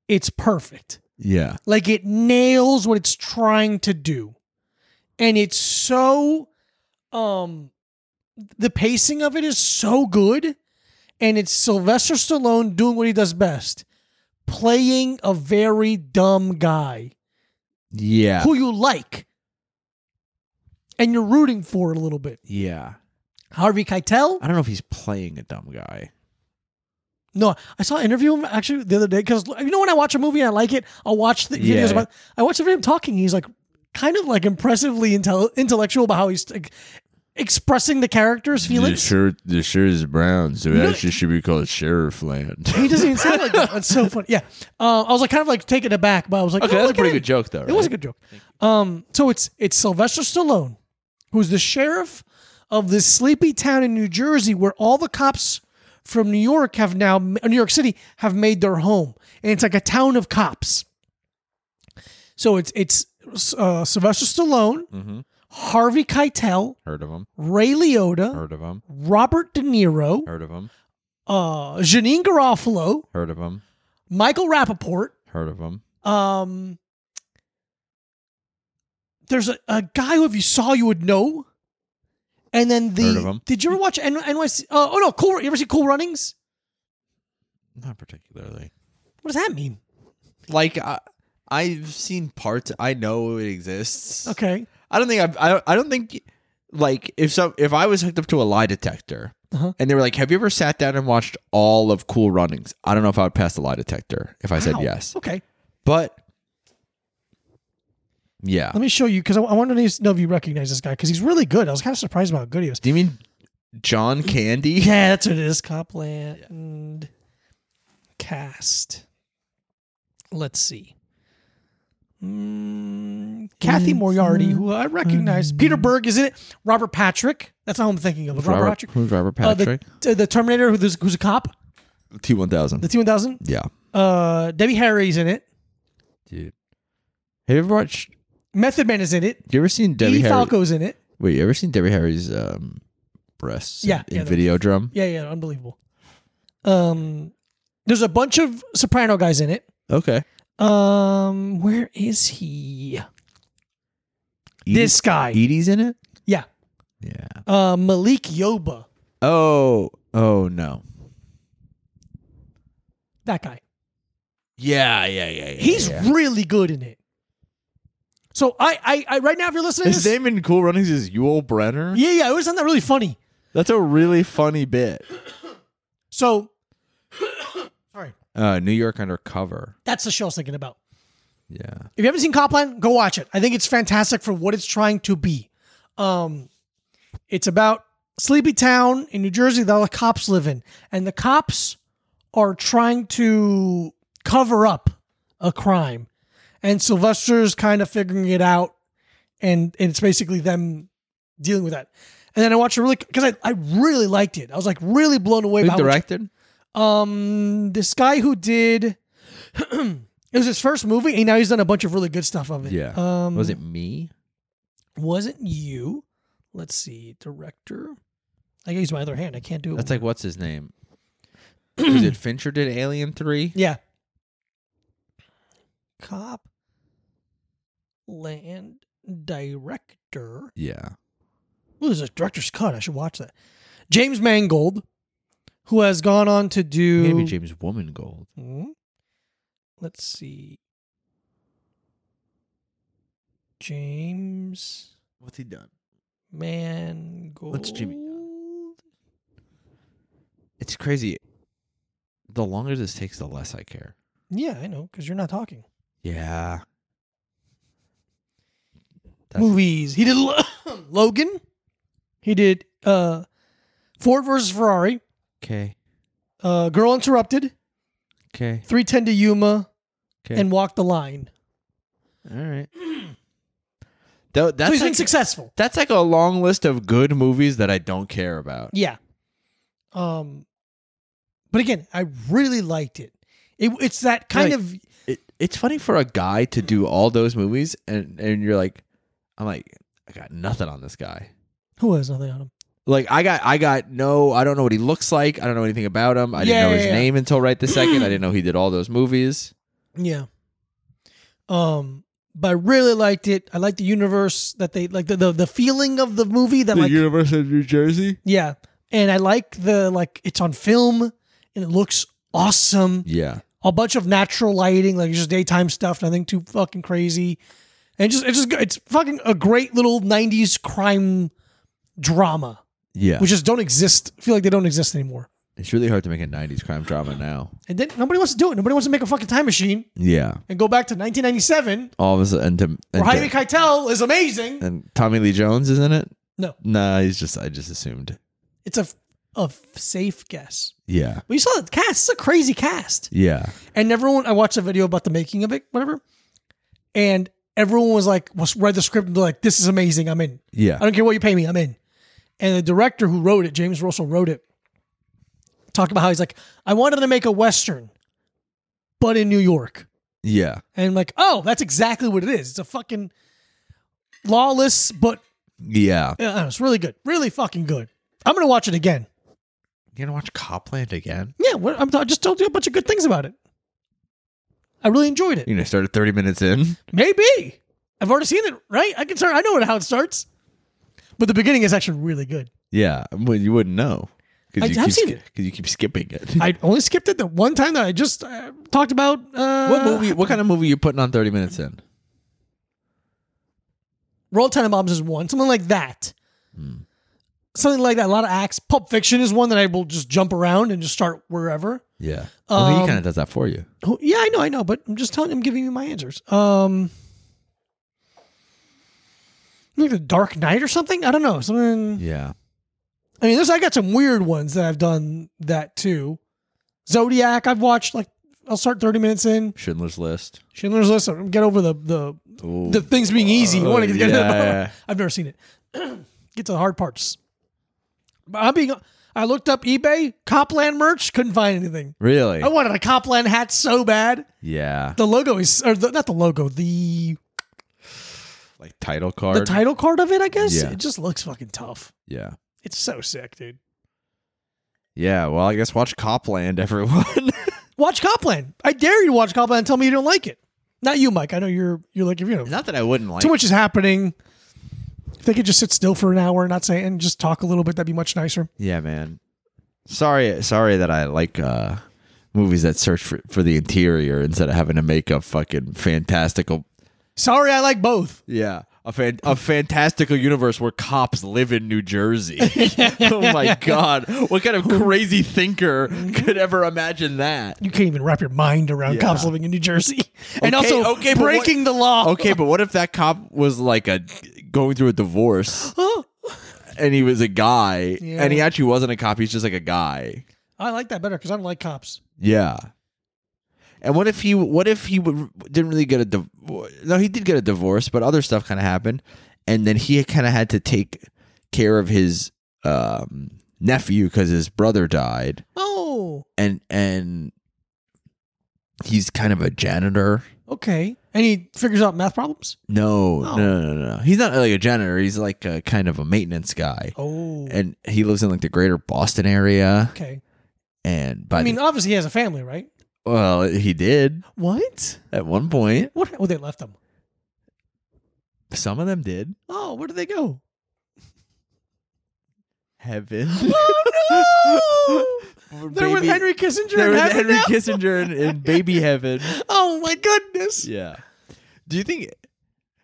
S2: it's perfect.
S1: Yeah.
S2: Like it nails what it's trying to do. And it's so um the pacing of it is so good and it's Sylvester Stallone doing what he does best, playing a very dumb guy
S1: Yeah.
S2: who you like and you're rooting for a little bit.
S1: Yeah.
S2: Harvey Keitel?
S1: I don't know if he's playing a dumb guy.
S2: No, I saw an interview of him actually the other day because you know when I watch a movie and I like it, I'll watch the
S1: Yeah.
S2: videos about. I watched the video of him talking. He's like kind of like impressively intel- intellectual about how he's like, expressing the character's feelings.
S1: shirt, the shirt is brown, so it
S2: No.
S1: actually should be called Sheriff Land.
S2: He doesn't even sound like that. That's so funny. Yeah, uh, I was like kind of like taken aback, but I was like,
S1: Okay,
S2: "Oh,
S1: that's a
S2: look at
S1: pretty
S2: it."
S1: good joke, though.
S2: It was a good joke. Um, so it's it's Sylvester Stallone, who's the sheriff of this sleepy town in New Jersey, where all the cops from New York have now or New York City have made their home, and it's like a town of cops. So it's it's uh, Sylvester Stallone,
S1: Mm-hmm.
S2: Harvey Keitel,
S1: Heard of him?
S2: Ray Liotta,
S1: Heard of him?
S2: Robert De Niro,
S1: Heard of him?
S2: uh, Janine Garofalo,
S1: Heard of him?
S2: Michael Rappaport.
S1: Heard of him?
S2: Um, there's a, a guy who if you saw you would know, and then the
S1: Heard of him.
S2: did you ever watch N- NYC? Uh, oh no, Cool. You ever see Cool Runnings?
S1: Not particularly.
S2: What does that mean?
S1: Like I, I've seen parts. I know it exists.
S2: Okay,
S1: I don't think I've, I. don't- I don't think like if some if I was hooked up to a lie detector
S2: Uh-huh.
S1: and they were like, "Have you ever sat down and watched all of Cool Runnings?" I don't know if I would pass the lie detector if I said
S2: Wow.
S1: yes,
S2: Okay,
S1: but yeah.
S2: let me show you because I, I wanted to know if you recognize this guy because he's really good. I was kind of surprised about how good he was.
S1: Do you mean John Candy?
S2: Yeah, that's what it is. Copland and cast. Let's see. Mm, Kathy Moriarty, who I recognize. Peter Berg is in it. Robert Patrick. That's not who I'm thinking of. Robert, Patrick.
S1: Who's Robert
S2: Uh, the,
S1: Patrick?
S2: uh, the Terminator, who- who's, who's a cop.
S1: T one thousand.
S2: The T1000.
S1: Yeah,
S2: Uh, Debbie Harry's in it.
S1: dude. Have you ever watched?
S2: Method Man is in it.
S1: You ever seen Debbie
S2: Debbie
S1: Harry?
S2: Falco's in it.
S1: Wait, you ever seen Debbie Harry's um, breasts?
S2: Yeah,
S1: in,
S2: yeah,
S1: in
S2: those-
S1: video drum.
S2: Yeah, yeah, unbelievable. Um, there's a bunch of Soprano guys in it.
S1: Okay.
S2: Um, where is he? This guy.
S1: Edie's in it.
S2: Yeah.
S1: Yeah.
S2: Uh, Malik Yoba,
S1: Oh, oh no.
S2: that guy.
S1: Yeah, yeah, yeah. yeah
S2: He's
S1: yeah.
S2: really good in it. So I, I, I right now, if you're listening, to
S1: his
S2: this,
S1: name in Cool Runnings is Yul Brenner.
S2: yeah, yeah, it was that really funny.
S1: That's a really funny bit.
S2: So, sorry,
S1: Uh, New York Undercover.
S2: that's the show I was thinking about.
S1: Yeah.
S2: If you haven't seen Copland, go watch it. I think it's fantastic for what it's trying to be. Um, it's about sleepy town in New Jersey that all the cops live in, and the cops are trying to cover up a crime, and Sylvester's kind of figuring it out, and, and it's basically them dealing with that. And then I watched a really because I, I really liked it. I was like really blown away
S1: Who
S2: by how much-
S1: directed?
S2: um this guy who did it was his first movie and now he's done a bunch of really good stuff of it
S1: Yeah.
S2: um
S1: Was it me?
S2: wasn't you let's see director i gotta use my other hand i can't do it
S1: That's like what's his name? Was it Fincher did Alien Three?
S2: yeah cop land director
S1: Yeah.
S2: Ooh, there's a director's cut i should watch that james mangold who has gone on to do
S1: Maybe James Womangold.
S2: Hmm. Let's see. James
S1: What's he done?
S2: Mangold.
S1: Jimmy It's crazy. The longer this takes, the less I care.
S2: Yeah, I know, because you're not talking.
S1: Yeah. That's-
S2: Movies. He did Lo- Logan. He did uh, Ford versus Ferrari.
S1: Okay.
S2: Uh, Girl Interrupted.
S1: Okay.
S2: 310 to Yuma.
S1: Okay.
S2: And Walk the Line.
S1: All right. Tho- that's
S2: so he's been
S1: like-
S2: successful.
S1: That's like a long list of good movies that I don't care about.
S2: Yeah. Um, but again, I really liked it. it it's that kind
S1: Like-
S2: of
S1: It, it's funny for a guy to do all those movies, and and you're like, I'm like, I got nothing on this guy.
S2: who has nothing on him.
S1: Like I got, I got no, I don't know what he looks like. I don't know anything about him. I didn't
S2: Yeah,
S1: know
S2: yeah,
S1: his
S2: yeah.
S1: name until right this second. I didn't know he did all those movies.
S2: Yeah. Um, but I really liked it. I liked the universe that they like the the, the feeling of the movie that like
S1: Universe of New Jersey.
S2: yeah, and I like the like it's on film and it looks awesome.
S1: Yeah,
S2: A bunch of natural lighting, like just daytime stuff, nothing too fucking crazy, and just it's just good. it's fucking a great little '90s crime drama.
S1: yeah.
S2: which just don't exist. Feel like they don't exist anymore.
S1: it's really hard to make a '90s crime drama now.
S2: And then nobody wants to do it. Nobody wants to make a fucking time machine
S1: Yeah,
S2: and go back to 1997
S1: all of a sudden, and, to,
S2: where
S1: and,
S2: Jaime
S1: to-
S2: Keitel is amazing.
S1: and Tommy Lee Jones is in it.
S2: No,
S1: Nah, he's just. I just assumed.
S2: it's a a safe guess.
S1: Yeah,
S2: But you saw the cast. It's a crazy cast.
S1: yeah.
S2: And everyone, I watched a video about the making of it, whatever. And everyone was like, was read the script and be like, "This is amazing. I'm in.
S1: Yeah.
S2: I don't care what you pay me. I'm in." And the director who wrote it, James Russell, wrote it. Talked about how he's like, "I wanted to make a western, but in New York."
S1: Yeah.
S2: And I'm like, oh, that's exactly what it is. It's a fucking lawless, but
S1: Yeah.
S2: uh, uh, it's really good. Really fucking good. I'm going to watch it again.
S1: You're gonna watch Copland again?
S2: Yeah, what, I'm, I just told you a bunch of good things about it. I really enjoyed it.
S1: You're gonna start at 30 minutes in?
S2: Maybe. I've already seen it, right? I can start. I know how it starts. But the beginning is actually really good.
S1: Yeah. Well, you wouldn't know.
S2: I
S1: you
S2: have
S1: keep
S2: seen
S1: ski-
S2: it.
S1: 'cause you keep skipping it.
S2: I only skipped it the one time that I just uh, talked about. Uh,
S1: what movie? What kind of movie you putting on 30 minutes in?
S2: Roll Tenenbaums is one, something like that.
S1: Hmm.
S2: Something like that. A lot of acts. Pulp Fiction is one that I will just jump around and just start wherever.
S1: Yeah. well, he
S2: Um,
S1: kind of does that for you.
S2: Who- Yeah, I know, I know, but I'm just telling. I'm giving you my answers. Um, like the Dark Knight or something. I don't know. Something.
S1: Yeah.
S2: I mean, there's. I got some weird ones that I've done that too. Zodiac. I've watched like I'll start 30 minutes in.
S1: Schindler's List.
S2: Schindler's List. I'll Get over the the
S1: Ooh.
S2: the things being easy. You want to get
S1: yeah.
S2: I've never seen it. get to the hard parts. But I'm being. I looked up eBay Copland merch. Couldn't find anything.
S1: really?
S2: I wanted a Copland hat so bad.
S1: yeah.
S2: The logo is, or the, not the logo, the
S1: like title card.
S2: the title card of it. I guess
S1: Yeah.
S2: it just looks fucking tough.
S1: yeah.
S2: It's so sick, dude.
S1: Yeah. Well, I guess watch Copland, everyone.
S2: Watch Copland. I dare you to watch Copland and tell me you don't like it. Not you, Mike. I know you're you're like you know
S1: Not that I wouldn't like.
S2: too much is happening. If they could just sit still for an hour and not say and just talk a little bit, that'd be much nicer.
S1: Yeah, man. Sorry, sorry that I like uh, movies that search for, for the interior instead of having to make a fucking fantastical.
S2: Sorry, I like both.
S1: Yeah, a fan, a fantastical universe where cops live in New Jersey. oh my god, what kind of crazy thinker could ever imagine that?
S2: You can't even wrap your mind around
S1: Yeah.
S2: cops living in New Jersey
S1: Okay,
S2: and also
S1: okay, but what-
S2: breaking the law.
S1: Okay, but what if that cop was like a going through a divorce and he was a guy and he actually wasn't a cop, he's just like a guy.
S2: I like that better because I don't like cops.
S1: Yeah. And what if he? What if he would, didn't really get a divorce? No, he did get a divorce, but other stuff kind of happened, and then he kind of had to take care of his um, nephew because his brother died,
S2: Oh,
S1: and and he's kind of a janitor.
S2: okay. And he figures out math problems.
S1: No, no,
S2: Oh.
S1: no, no, no. He's not like a janitor. He's like a kind of a maintenance guy,
S2: Oh,
S1: and he lives in like the greater Boston area.
S2: okay.
S1: And by
S2: I
S1: the-
S2: mean, oh. obviously he has a family, right?
S1: well, he did
S2: What?
S1: at one point.
S2: What? Oh, they left him.
S1: Some of them did.
S2: Oh, where did they go?
S1: heaven.
S2: They're with
S1: Oh, Baby-
S2: Henry Kissinger
S1: They're
S2: in
S1: with
S2: heaven
S1: Henry
S2: now?
S1: Kissinger in, in baby heaven.
S2: Oh my goodness!
S1: Yeah. Do you think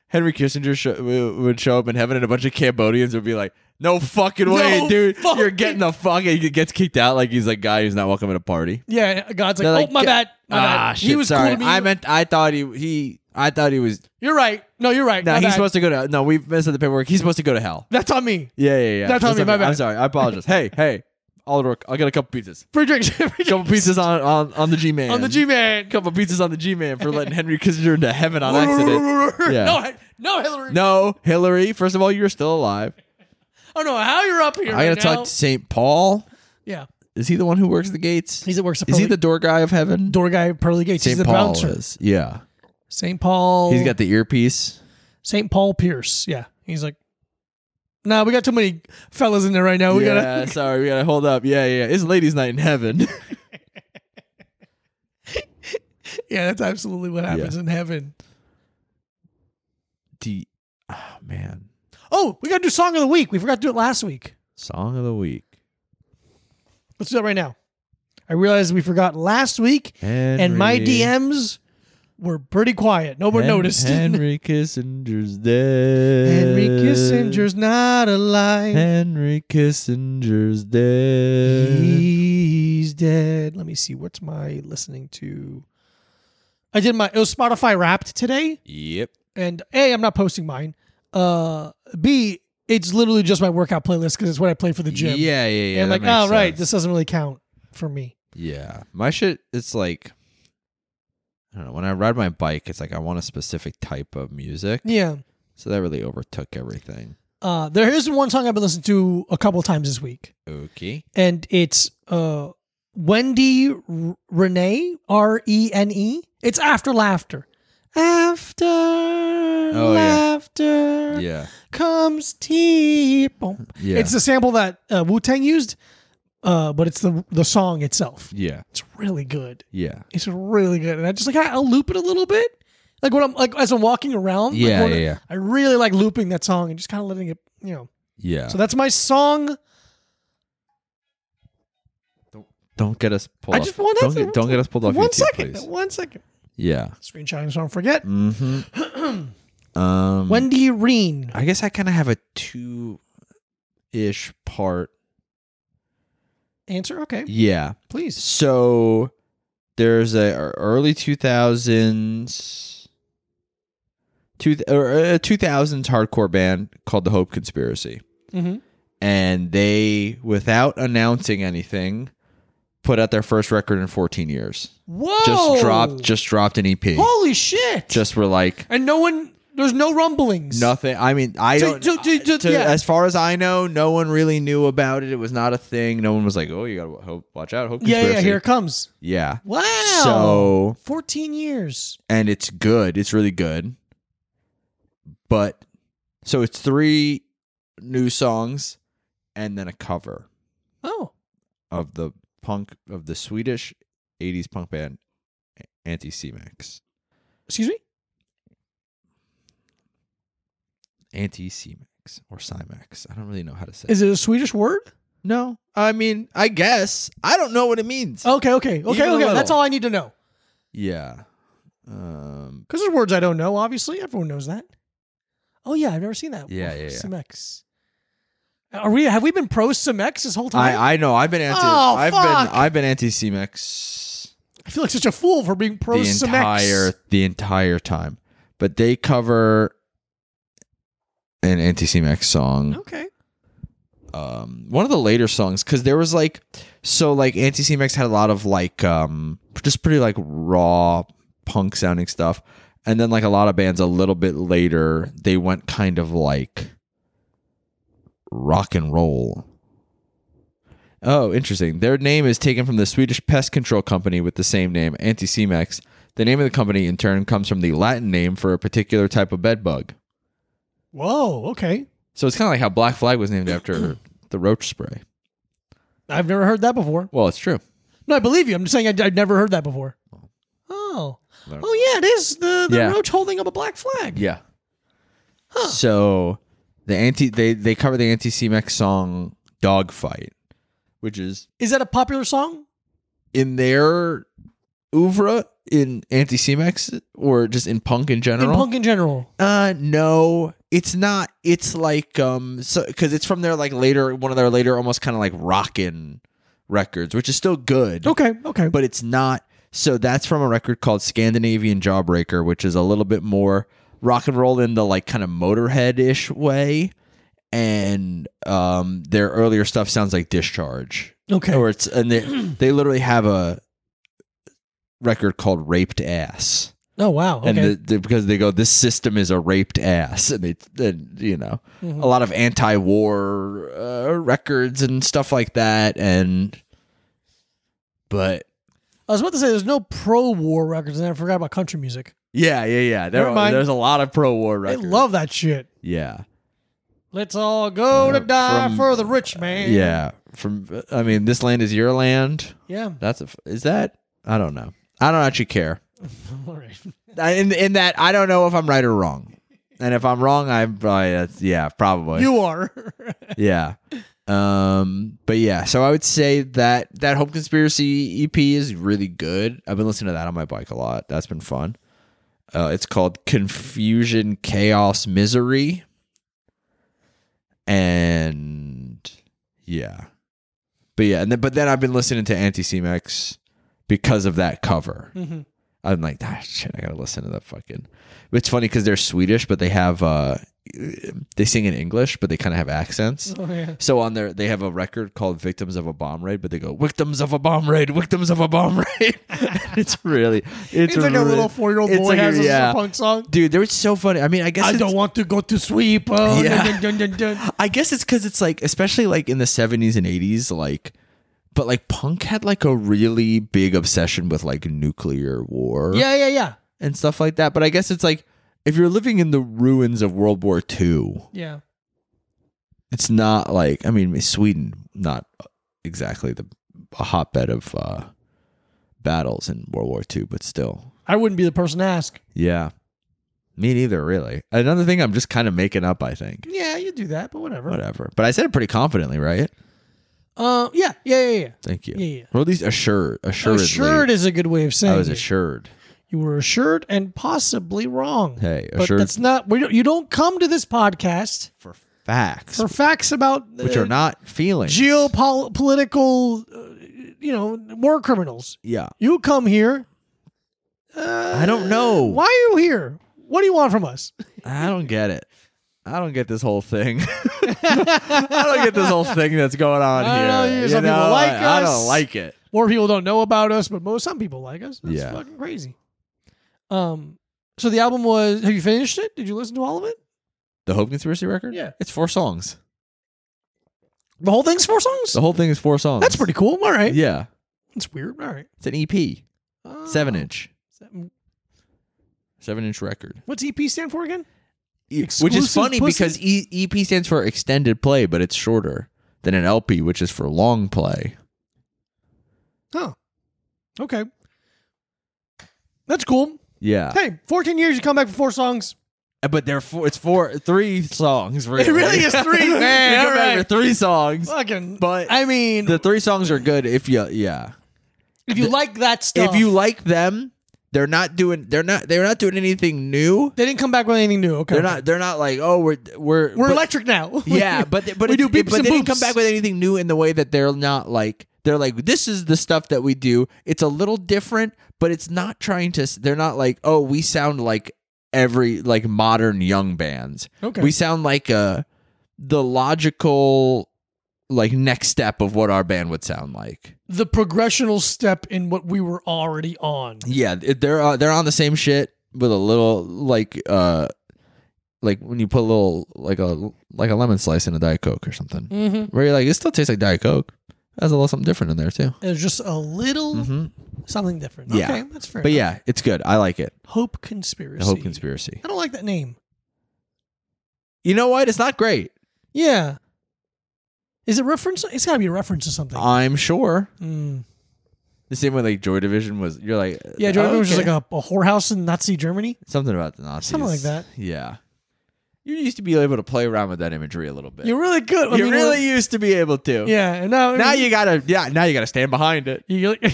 S1: Henry Kissinger sho- w- would show up in heaven and a bunch of Cambodians would be like, "No fucking way,
S2: No
S1: dude! You're
S2: fucking-
S1: getting the fuck." and He gets kicked out like he's a guy who's not welcome at a party.
S2: Yeah, God's like,
S1: They're like,
S2: oh my
S1: "Get-
S2: bad, my
S1: ah,
S2: bad.
S1: shit.
S2: he was
S1: sorry.
S2: cool to me.
S1: I meant I thought he he I thought he was.
S2: you're right. No, you're right.
S1: No,
S2: my
S1: he's
S2: bad.
S1: supposed to go to. No, we've messed up the paperwork. He's supposed to go to hell.
S2: That's on me.
S1: Yeah, yeah, yeah.
S2: That's on me,
S1: on
S2: my
S1: I'm
S2: bad.
S1: sorry. I apologize. hey, hey. I'll work. I'll get a couple pizzas.
S2: Free drinks. Free drinks.
S1: Couple pizzas on, on, on the G Man.
S2: on the G man.
S1: Couple pizzas on the G Man for letting Henry Kissinger into heaven on accident. Yeah.
S2: No, Hi- no, Hillary.
S1: No, Hillary. First of all, you're still alive.
S2: I don't know Oh, how you're up here.
S1: I gotta
S2: right now.
S1: talk to Saint Paul.
S2: Yeah,
S1: Is he the one who works the gates?
S2: he's at work.
S1: is he the door guy of heaven?
S2: door guy? at Pearly Gates. he's
S1: Saint
S2: the
S1: Paul
S2: bouncer.
S1: is. Yeah,
S2: St. Paul.
S1: he's got the earpiece.
S2: St. Paul Pierce. Yeah, he's like, nah, we got too many fellas in there right now. We
S1: yeah,
S2: gotta.
S1: sorry, Oh, we gotta hold up. Yeah, yeah. It's ladies' night in heaven.
S2: Yeah, that's absolutely what happens in heaven.
S1: D. Oh man,
S2: Oh, we gotta do song of the week. We forgot to do it last week.
S1: song of the week.
S2: Let's do that right now. I realized we forgot last week, and my
S1: Henry-
S2: DMs were pretty quiet. Nobody
S1: Hen-
S2: noticed.
S1: Henry Kissinger's dead.
S2: Henry Kissinger's not alive.
S1: Henry Kissinger's dead.
S2: He's dead. Let me see. What's my listening to? I did my. It was Spotify Wrapped today.
S1: Yep.
S2: and A, I'm not posting mine. Uh, B, it's literally just my workout playlist because it's what I play for the
S1: Yeah,
S2: gym.
S1: yeah,
S2: and
S1: yeah.
S2: I'm
S1: that
S2: like,
S1: makes
S2: oh right,
S1: sense.
S2: this doesn't really count for me.
S1: Yeah. My shit, it's like, I don't know. When I ride my bike, it's like I want a specific type of music.
S2: Yeah.
S1: So that really overtook everything.
S2: Uh, there is one song I've been listening to a couple times this week,
S1: Okay.
S2: and it's uh, Wendy R- Renee R E N E. It's after laughter. After
S1: Oh, yeah.
S2: laughter
S1: Yeah.
S2: comes tea. Boom.
S1: Yeah.
S2: It's the sample that uh, Wu Tang used, uh, but it's the the song itself.
S1: yeah.
S2: It's really good.
S1: Yeah.
S2: It's really good, and I just like I- I'll loop it a little bit, like when I'm like as I'm walking around. like,
S1: Yeah,
S2: when-
S1: yeah, yeah.
S2: I really like looping that song and just kind of letting it, you know.
S1: Yeah.
S2: So that's my song.
S1: don't get us pulled
S2: I
S1: off.
S2: just want
S1: don't,
S2: that-
S1: get, don't get us pulled off
S2: One
S1: YouTube,
S2: second,
S1: please.
S2: one second.
S1: Yeah.
S2: Screenshotting, so I don't forget.
S1: Mm-hmm. um,
S2: Wendy Reen.
S1: I guess I kind of have a two ish part.
S2: Answer okay,
S1: Yeah.
S2: please.
S1: So there's a a early 2000s two or uh, a 2000s hardcore band called the Hope Conspiracy
S2: hmm
S1: and they without announcing anything put out their first record in 14 years.
S2: Whoa!
S1: Just dropped just dropped an EP.
S2: Holy shit!
S1: Just were like
S2: and no one. There's no rumblings.
S1: Nothing. I mean, I
S2: To-
S1: don't.
S2: to- to- to-
S1: to-
S2: yeah.
S1: As far as I know, no one really knew about it. It was not a thing. No one was like, "Oh, you gotta hope, watch out." Hope
S2: Yeah, yeah.
S1: conspiracy."
S2: Here it comes.
S1: Yeah.
S2: Wow.
S1: So
S2: 14 years.
S1: and it's good. It's really good. But so it's three new songs and then a cover
S2: Oh,
S1: of the punk of the Swedish 80s punk band Anti Cemax.
S2: excuse me.
S1: Anti Cemax or Cymax. I don't really know how to say.
S2: Is it a Swedish word?
S1: no. I mean, I guess I don't know what it means.
S2: Okay, okay, okay,
S1: Even a
S2: okay.
S1: little.
S2: That's all I need to know.
S1: Yeah. Um
S2: Because there's words I don't know, obviously. Everyone knows that. Oh, yeah, I've never seen that.
S1: Yeah, yeah, yeah.
S2: Cimex. Are we, have we been pro Cimex this whole time? I,
S1: I I know I've been anti
S2: Oh,
S1: I've
S2: fuck.
S1: been I've been anti Cemax
S2: feel like such a fool for being pro
S1: the
S2: Cimex.
S1: entire the entire time. But they cover an anti Cemax song,
S2: Okay.
S1: um, one of the later songs, because there was like so like anti Cemax had a lot of like um, just pretty like raw punk sounding stuff, and then like a lot of bands a little bit later they went kind of like rock and roll. Oh, interesting. Their name is taken from the Swedish pest control company with the same name, Anti-Cemax. The name of the company, in turn, comes from the Latin name for a particular type of bed bug.
S2: Whoa, okay.
S1: So it's kind of like how Black Flag was named after the roach spray.
S2: I've never heard that before.
S1: Well, it's true.
S2: No, I believe you. I'm just saying I'd, I'd never heard that before. Oh. Oh, yeah, it is the, the
S1: Yeah.
S2: roach holding up a black flag.
S1: Yeah. So the anti they they cover the Anti-Cemax song "Dogfight," which is
S2: Is that a popular song?
S1: in their oeuvre in Anti-Cemax or just in punk in
S2: In
S1: general.
S2: punk in general.
S1: Uh, no, it's not. It's like um, so because it's from their like later one of their later almost kind of like rockin' records, which is still good,
S2: Okay, okay.
S1: but it's not. So that's from a record called Scandinavian Jawbreaker, which is a little bit more rock and roll in the like kind of Motorhead ish way, and um, their earlier stuff sounds like Discharge.
S2: Okay.
S1: Or it's and they they literally have a record called "Raped Ass,"
S2: oh wow. Okay.
S1: and the, the, because they go, "This system is a raped ass," and they and you know
S2: Mhm.
S1: a lot of anti-war uh, records and stuff like that, and but
S2: I was about to say there's no pro-war records, and I forgot about country music.
S1: yeah, yeah, yeah. There
S2: Never
S1: are,
S2: mind.
S1: there's a lot of pro-war records.
S2: They love that shit.
S1: yeah.
S2: Let's all go
S1: Uh,
S2: to die
S1: from-
S2: for the rich man.
S1: Yeah, from I mean, this land is your land.
S2: Yeah.
S1: That's a f is that I don't know. I don't actually care.
S2: All right.
S1: I- In in that I don't know if I'm right or wrong, and if I'm wrong, I'm probably that's, yeah probably
S2: You are.
S1: yeah. Um, but yeah, so I would say that that Hope Conspiracy EP is really good. I've been listening to that on my bike a lot. That's been fun. Uh, it's called Confusion, Chaos, Misery, and yeah, but yeah, and then, but then I've been listening to Anti Cmex because of that cover.
S2: Mhm.
S1: I'm like, ah, shit, I gotta listen to that fucking. It's funny because they're Swedish, but they have uh, they sing in English, but they kind of have accents.
S2: Oh, yeah.
S1: So on their, they have a record called "Victims of a Bomb Raid," but they go "Victims of a Bomb Raid, Victims of a Bomb Raid." it's really, it's,
S2: It's, like a
S1: really-
S2: little four-year-old
S1: it's
S2: boy
S1: like a-
S2: has a
S1: yeah.
S2: punk song.
S1: dude. They were so funny. I mean, I guess
S2: I
S1: it's-
S2: don't want to go to sleep. Oh,
S1: Yeah.
S2: dun, dun, dun, dun, dun.
S1: I guess it's because it's like, especially like in the seventies and eighties, like, but like punk had like a really big obsession with like nuclear war,
S2: Yeah, yeah, yeah.
S1: and stuff like that. But I guess it's like if you're living in the ruins of World War II,
S2: Yeah.
S1: it's not like I mean Sweden not exactly the a hotbed of uh, battles in World War II, but still,
S2: I wouldn't be the person to ask.
S1: yeah. Me neither, really. Another thing I'm just kind of making up, I think.
S2: Yeah, you do that, but whatever.
S1: Whatever. But I said it pretty confidently, right?
S2: Uh, yeah, yeah, yeah, yeah.
S1: Thank you.
S2: Yeah, yeah.
S1: Or at least assured. Assuredly.
S2: Assured is a good way of saying
S1: I was
S2: it.
S1: assured.
S2: you were assured and possibly wrong.
S1: Hey,
S2: but
S1: assured-
S2: that's not. We don't, you don't come to this podcast
S1: For facts.
S2: for facts about uh,
S1: which are not feelings.
S2: geopolitical, uh, you know, war criminals.
S1: Yeah.
S2: You come here. Uh,
S1: I don't know.
S2: Why are you here? What do you want from us?
S1: I don't get it. I don't get this whole thing. I don't get this whole thing that's going on
S2: I
S1: here.
S2: don't know, some people like
S1: I, I
S2: us.
S1: don't like it.
S2: More people don't know about us, but most some people like us. That's
S1: Yeah.
S2: fucking crazy. Um. So the album was. Have you finished it? Did you listen to all of it?
S1: The Hope Conspiracy record?
S2: Yeah.
S1: It's four songs.
S2: The whole thing's four songs.
S1: The whole thing is four songs.
S2: That's pretty cool. All right.
S1: Yeah.
S2: It's weird. All right.
S1: It's an EP.
S2: Uh,
S1: Seven inch.
S2: seven-
S1: Seven inch record.
S2: What's EP stand for again?
S1: Which is
S2: Exclusive
S1: funny
S2: pussy.
S1: because e- EP stands for extended play, but it's shorter than an LP, which is for long play.
S2: Huh. Okay. That's cool.
S1: Yeah.
S2: Hey, 14 years, you come back for four songs.
S1: But they're four, it's four, three songs, really.
S2: really is three.
S1: You
S2: Man,
S1: can
S2: all
S1: remember
S2: right.
S1: Three songs.
S2: Fucking.
S1: But-
S2: I mean,
S1: The three songs are good if you, yeah.
S2: if you like that stuff,
S1: If you like them, they're not doing they're not they're not doing anything new.
S2: they didn't come back with anything new. Okay.
S1: They're not they're not like oh we're we're
S2: We're
S1: but-
S2: electric now.
S1: yeah but they- but
S2: we
S1: it's-
S2: do beeps
S1: but
S2: and
S1: they didn't come
S2: boops.
S1: back with anything new in the way that they're not like they're like this is the stuff that we do. It's a little different, but it's not trying to. s- They're not like oh we sound like every like modern young bands.
S2: Okay.
S1: We sound like uh the logical like next step of what our band would sound like.
S2: the progressional step in what we were already on.
S1: Yeah, it- they're uh, they're on the same shit with a little like uh like when you put a little like a like a lemon slice in a diet coke or something.
S2: Mm-hmm.
S1: Where you're like, it still tastes like diet coke. Has a little something different in there too.
S2: There's just a little
S1: Mm-hmm.
S2: something different.
S1: Yeah.
S2: Okay, that's fair.
S1: But
S2: enough.
S1: yeah, it's good. I like it.
S2: Hope Conspiracy.
S1: The Hope Conspiracy.
S2: I don't like that name.
S1: You know what? It's not great.
S2: Yeah. Is it reference? It's got to be a reference to something.
S1: I'm sure.
S2: Mm.
S1: The same way like Joy Division was. You're like,
S2: Yeah, Jordan was just
S1: okay.
S2: like a, a whorehouse in Nazi Germany.
S1: something about the Nazis,
S2: Something like that.
S1: Yeah, you used to be able to play around with that imagery a little bit.
S2: You're really good. I
S1: you
S2: mean,
S1: really used to be able to.
S2: Yeah. And now,
S1: Now you gotta, yeah. Now you gotta stand behind it.
S2: you.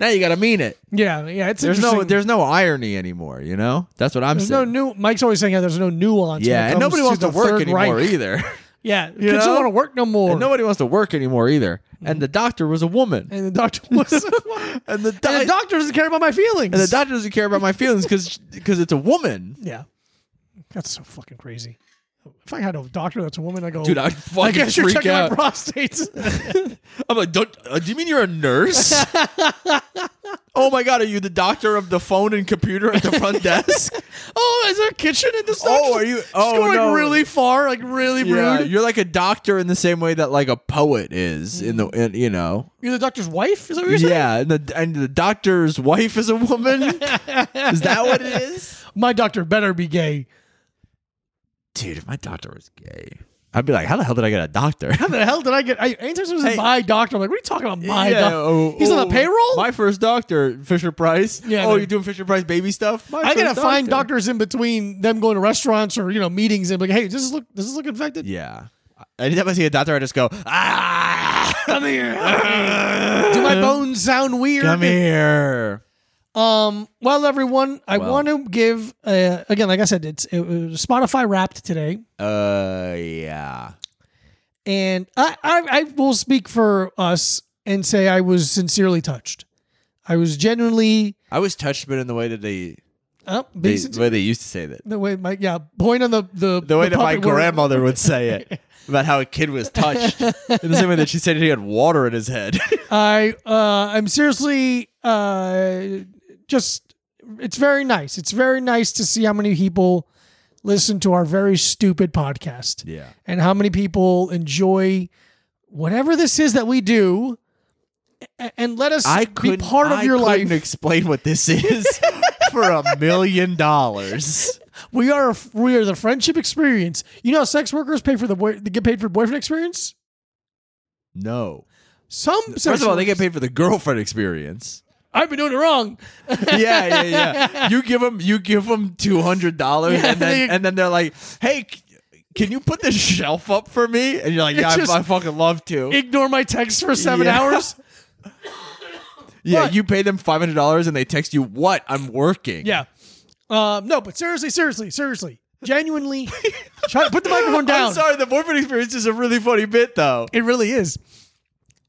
S1: Now you gotta mean it.
S2: yeah, yeah. It's
S1: There's no
S2: interesting.
S1: there's no irony anymore, you know? That's what I'm
S2: There's no
S1: saying.
S2: new. Mike's always saying yeah, there's no nuance. when
S1: yeah,
S2: it
S1: and
S2: comes
S1: nobody wants to
S2: the
S1: work
S2: Third
S1: anymore
S2: Reich.
S1: either.
S2: Yeah, kids
S1: know?
S2: don't want to work no more.
S1: and
S2: And,
S1: nobody wants to work anymore either. And the doctor was a woman.
S2: the doctor was. and
S1: And the,
S2: the
S1: doc-
S2: doctor doesn't care about my feelings.
S1: and the doctor doesn't care about my feelings because it's a woman.
S2: yeah, that's so fucking crazy. if I had a doctor that's a woman, I go,
S1: Dude, I'd
S2: I
S1: fucking
S2: guess you're
S1: freak
S2: checking
S1: out.
S2: my prostate.
S1: I'm like, don't, uh, do you mean you're a nurse? oh my god, are you the doctor of the phone and computer at the front desk?
S2: oh, is there a kitchen in this?
S1: Oh,
S2: doctor's-
S1: are you-
S2: It's
S1: oh,
S2: going
S1: no.
S2: like really far, like really
S1: yeah,
S2: rude.
S1: you're like a doctor in the same way that like a poet is in the, in, you know.
S2: You're the doctor's wife. Is that what you're saying?
S1: Yeah, and the, and the doctor's wife is a woman. is that what it is?
S2: My doctor better be gay.
S1: Dude, if my doctor was gay, I'd be like, how the hell did I get a doctor?
S2: How the hell did I get? I, anytime someone says
S1: Hey.
S2: my doctor, I'm like, what are you talking about? My
S1: Yeah,
S2: doctor.
S1: oh,
S2: He's on
S1: oh,
S2: the payroll.
S1: My first doctor, Fisher Price.
S2: Yeah,
S1: oh,
S2: man.
S1: you're doing Fisher Price baby stuff. My
S2: I
S1: first
S2: gotta find
S1: doctor.
S2: doctors in between them going to restaurants or you know meetings and be like, hey, does this look does this look infected?
S1: Yeah. Anytime I see a doctor, I just go, ah, come here.
S2: Do my bones sound weird?
S1: Come here.
S2: Um, well, everyone, I
S1: Well.
S2: want to give uh, again, like I said, it's it was Spotify Wrapped today,
S1: Uh, yeah.
S2: and I, I I will speak for us and say I was sincerely touched. I was genuinely
S1: I was touched, but in the way that they,
S2: uh,
S1: they
S2: being
S1: the
S2: sincere,
S1: way they used to say that,
S2: the way my yeah point on the the
S1: the way that my
S2: puppet word.
S1: grandmother would say it about how a kid was touched, in the same way that she said he had water in his head.
S2: I uh, I'm seriously uh, just it's very nice. It's very nice to see how many people listen to our very stupid podcast
S1: yeah.
S2: and how many people enjoy whatever this is that we do a- and let us
S1: I
S2: be
S1: could
S2: part of
S1: I
S2: your
S1: couldn't
S2: life.
S1: explain what this is for a million dollars.
S2: we are we are the friendship experience. You know, how sex workers pay for the boy, they get paid for boyfriend experience.
S1: No.
S2: Some
S1: First of all, they get paid for the girlfriend experience.
S2: I've been doing it wrong.
S1: yeah, yeah, yeah. You give them, you give them two hundred dollars,
S2: Yeah,
S1: and then
S2: they-
S1: and then they're like, "Hey, c- can you put this shelf up for me?" And you're like,
S2: It
S1: "Yeah, I-
S2: just-
S1: I, fucking love to."
S2: Ignore my text for seven
S1: Yeah.
S2: hours.
S1: yeah,
S2: but-
S1: you pay them five hundred dollars, and they text you, "What? I'm working."
S2: Yeah. Um, no, but seriously, seriously, seriously, genuinely, try, put the microphone down.
S1: I'm sorry, the boyfriend experience is a really funny bit, though.
S2: It really is.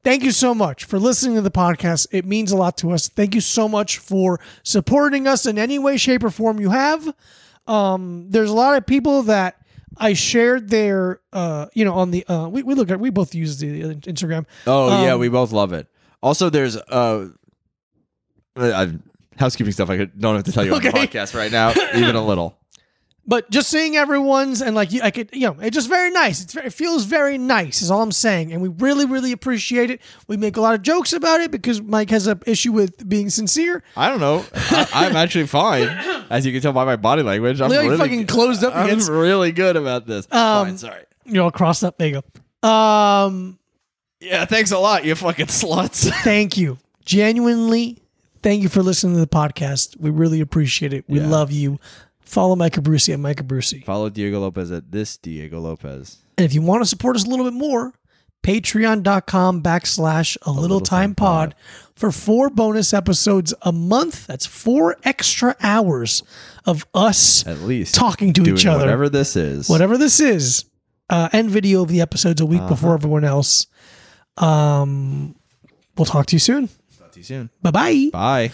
S2: Thank you so much for listening to the podcast. It means a lot to us. Thank you so much for supporting us in any way, shape, or form you have. Um, there's a lot of people that I shared their, uh, you know, on the uh, we we look at we both use the uh, Instagram.
S1: Oh yeah,
S2: Um,
S1: we both love it. Also, there's uh, i housekeeping stuff. I could, don't have to tell you on
S2: Okay.
S1: the podcast right now, even a little.
S2: but just seeing everyone's and like you- I could you know it's just very nice. It's very, it feels very nice is all I'm saying, and we really really appreciate it. We make a lot of jokes about it because Mike has a issue with being sincere.
S1: I don't know. I, am actually fine, as you can tell by my body language. I'm
S2: Look how you
S1: really
S2: fucking closed up
S1: I'm
S2: against
S1: really good about this. fine, sorry.
S2: you all crossed up. There you go. Um,
S1: Yeah, thanks a lot, you fucking sluts.
S2: thank you, genuinely. Thank you for listening to the podcast. We really appreciate it. We
S1: Yeah.
S2: love you. Follow Mike Abruzzi at Mike Abruzzi.
S1: Follow Diego Lopez at this Diego Lopez.
S2: And if you want to support us a little bit more, patreon.com backslash a little, time, pod, for four bonus episodes a month. That's four extra hours of us
S1: At least
S2: talking to
S1: doing
S2: each other.
S1: whatever this is.
S2: whatever this is, uh, and video of the episodes a week
S1: Uh-huh.
S2: before everyone else. Um, we'll talk to you soon.
S1: Talk to you soon.
S2: Bye-bye.
S1: Bye.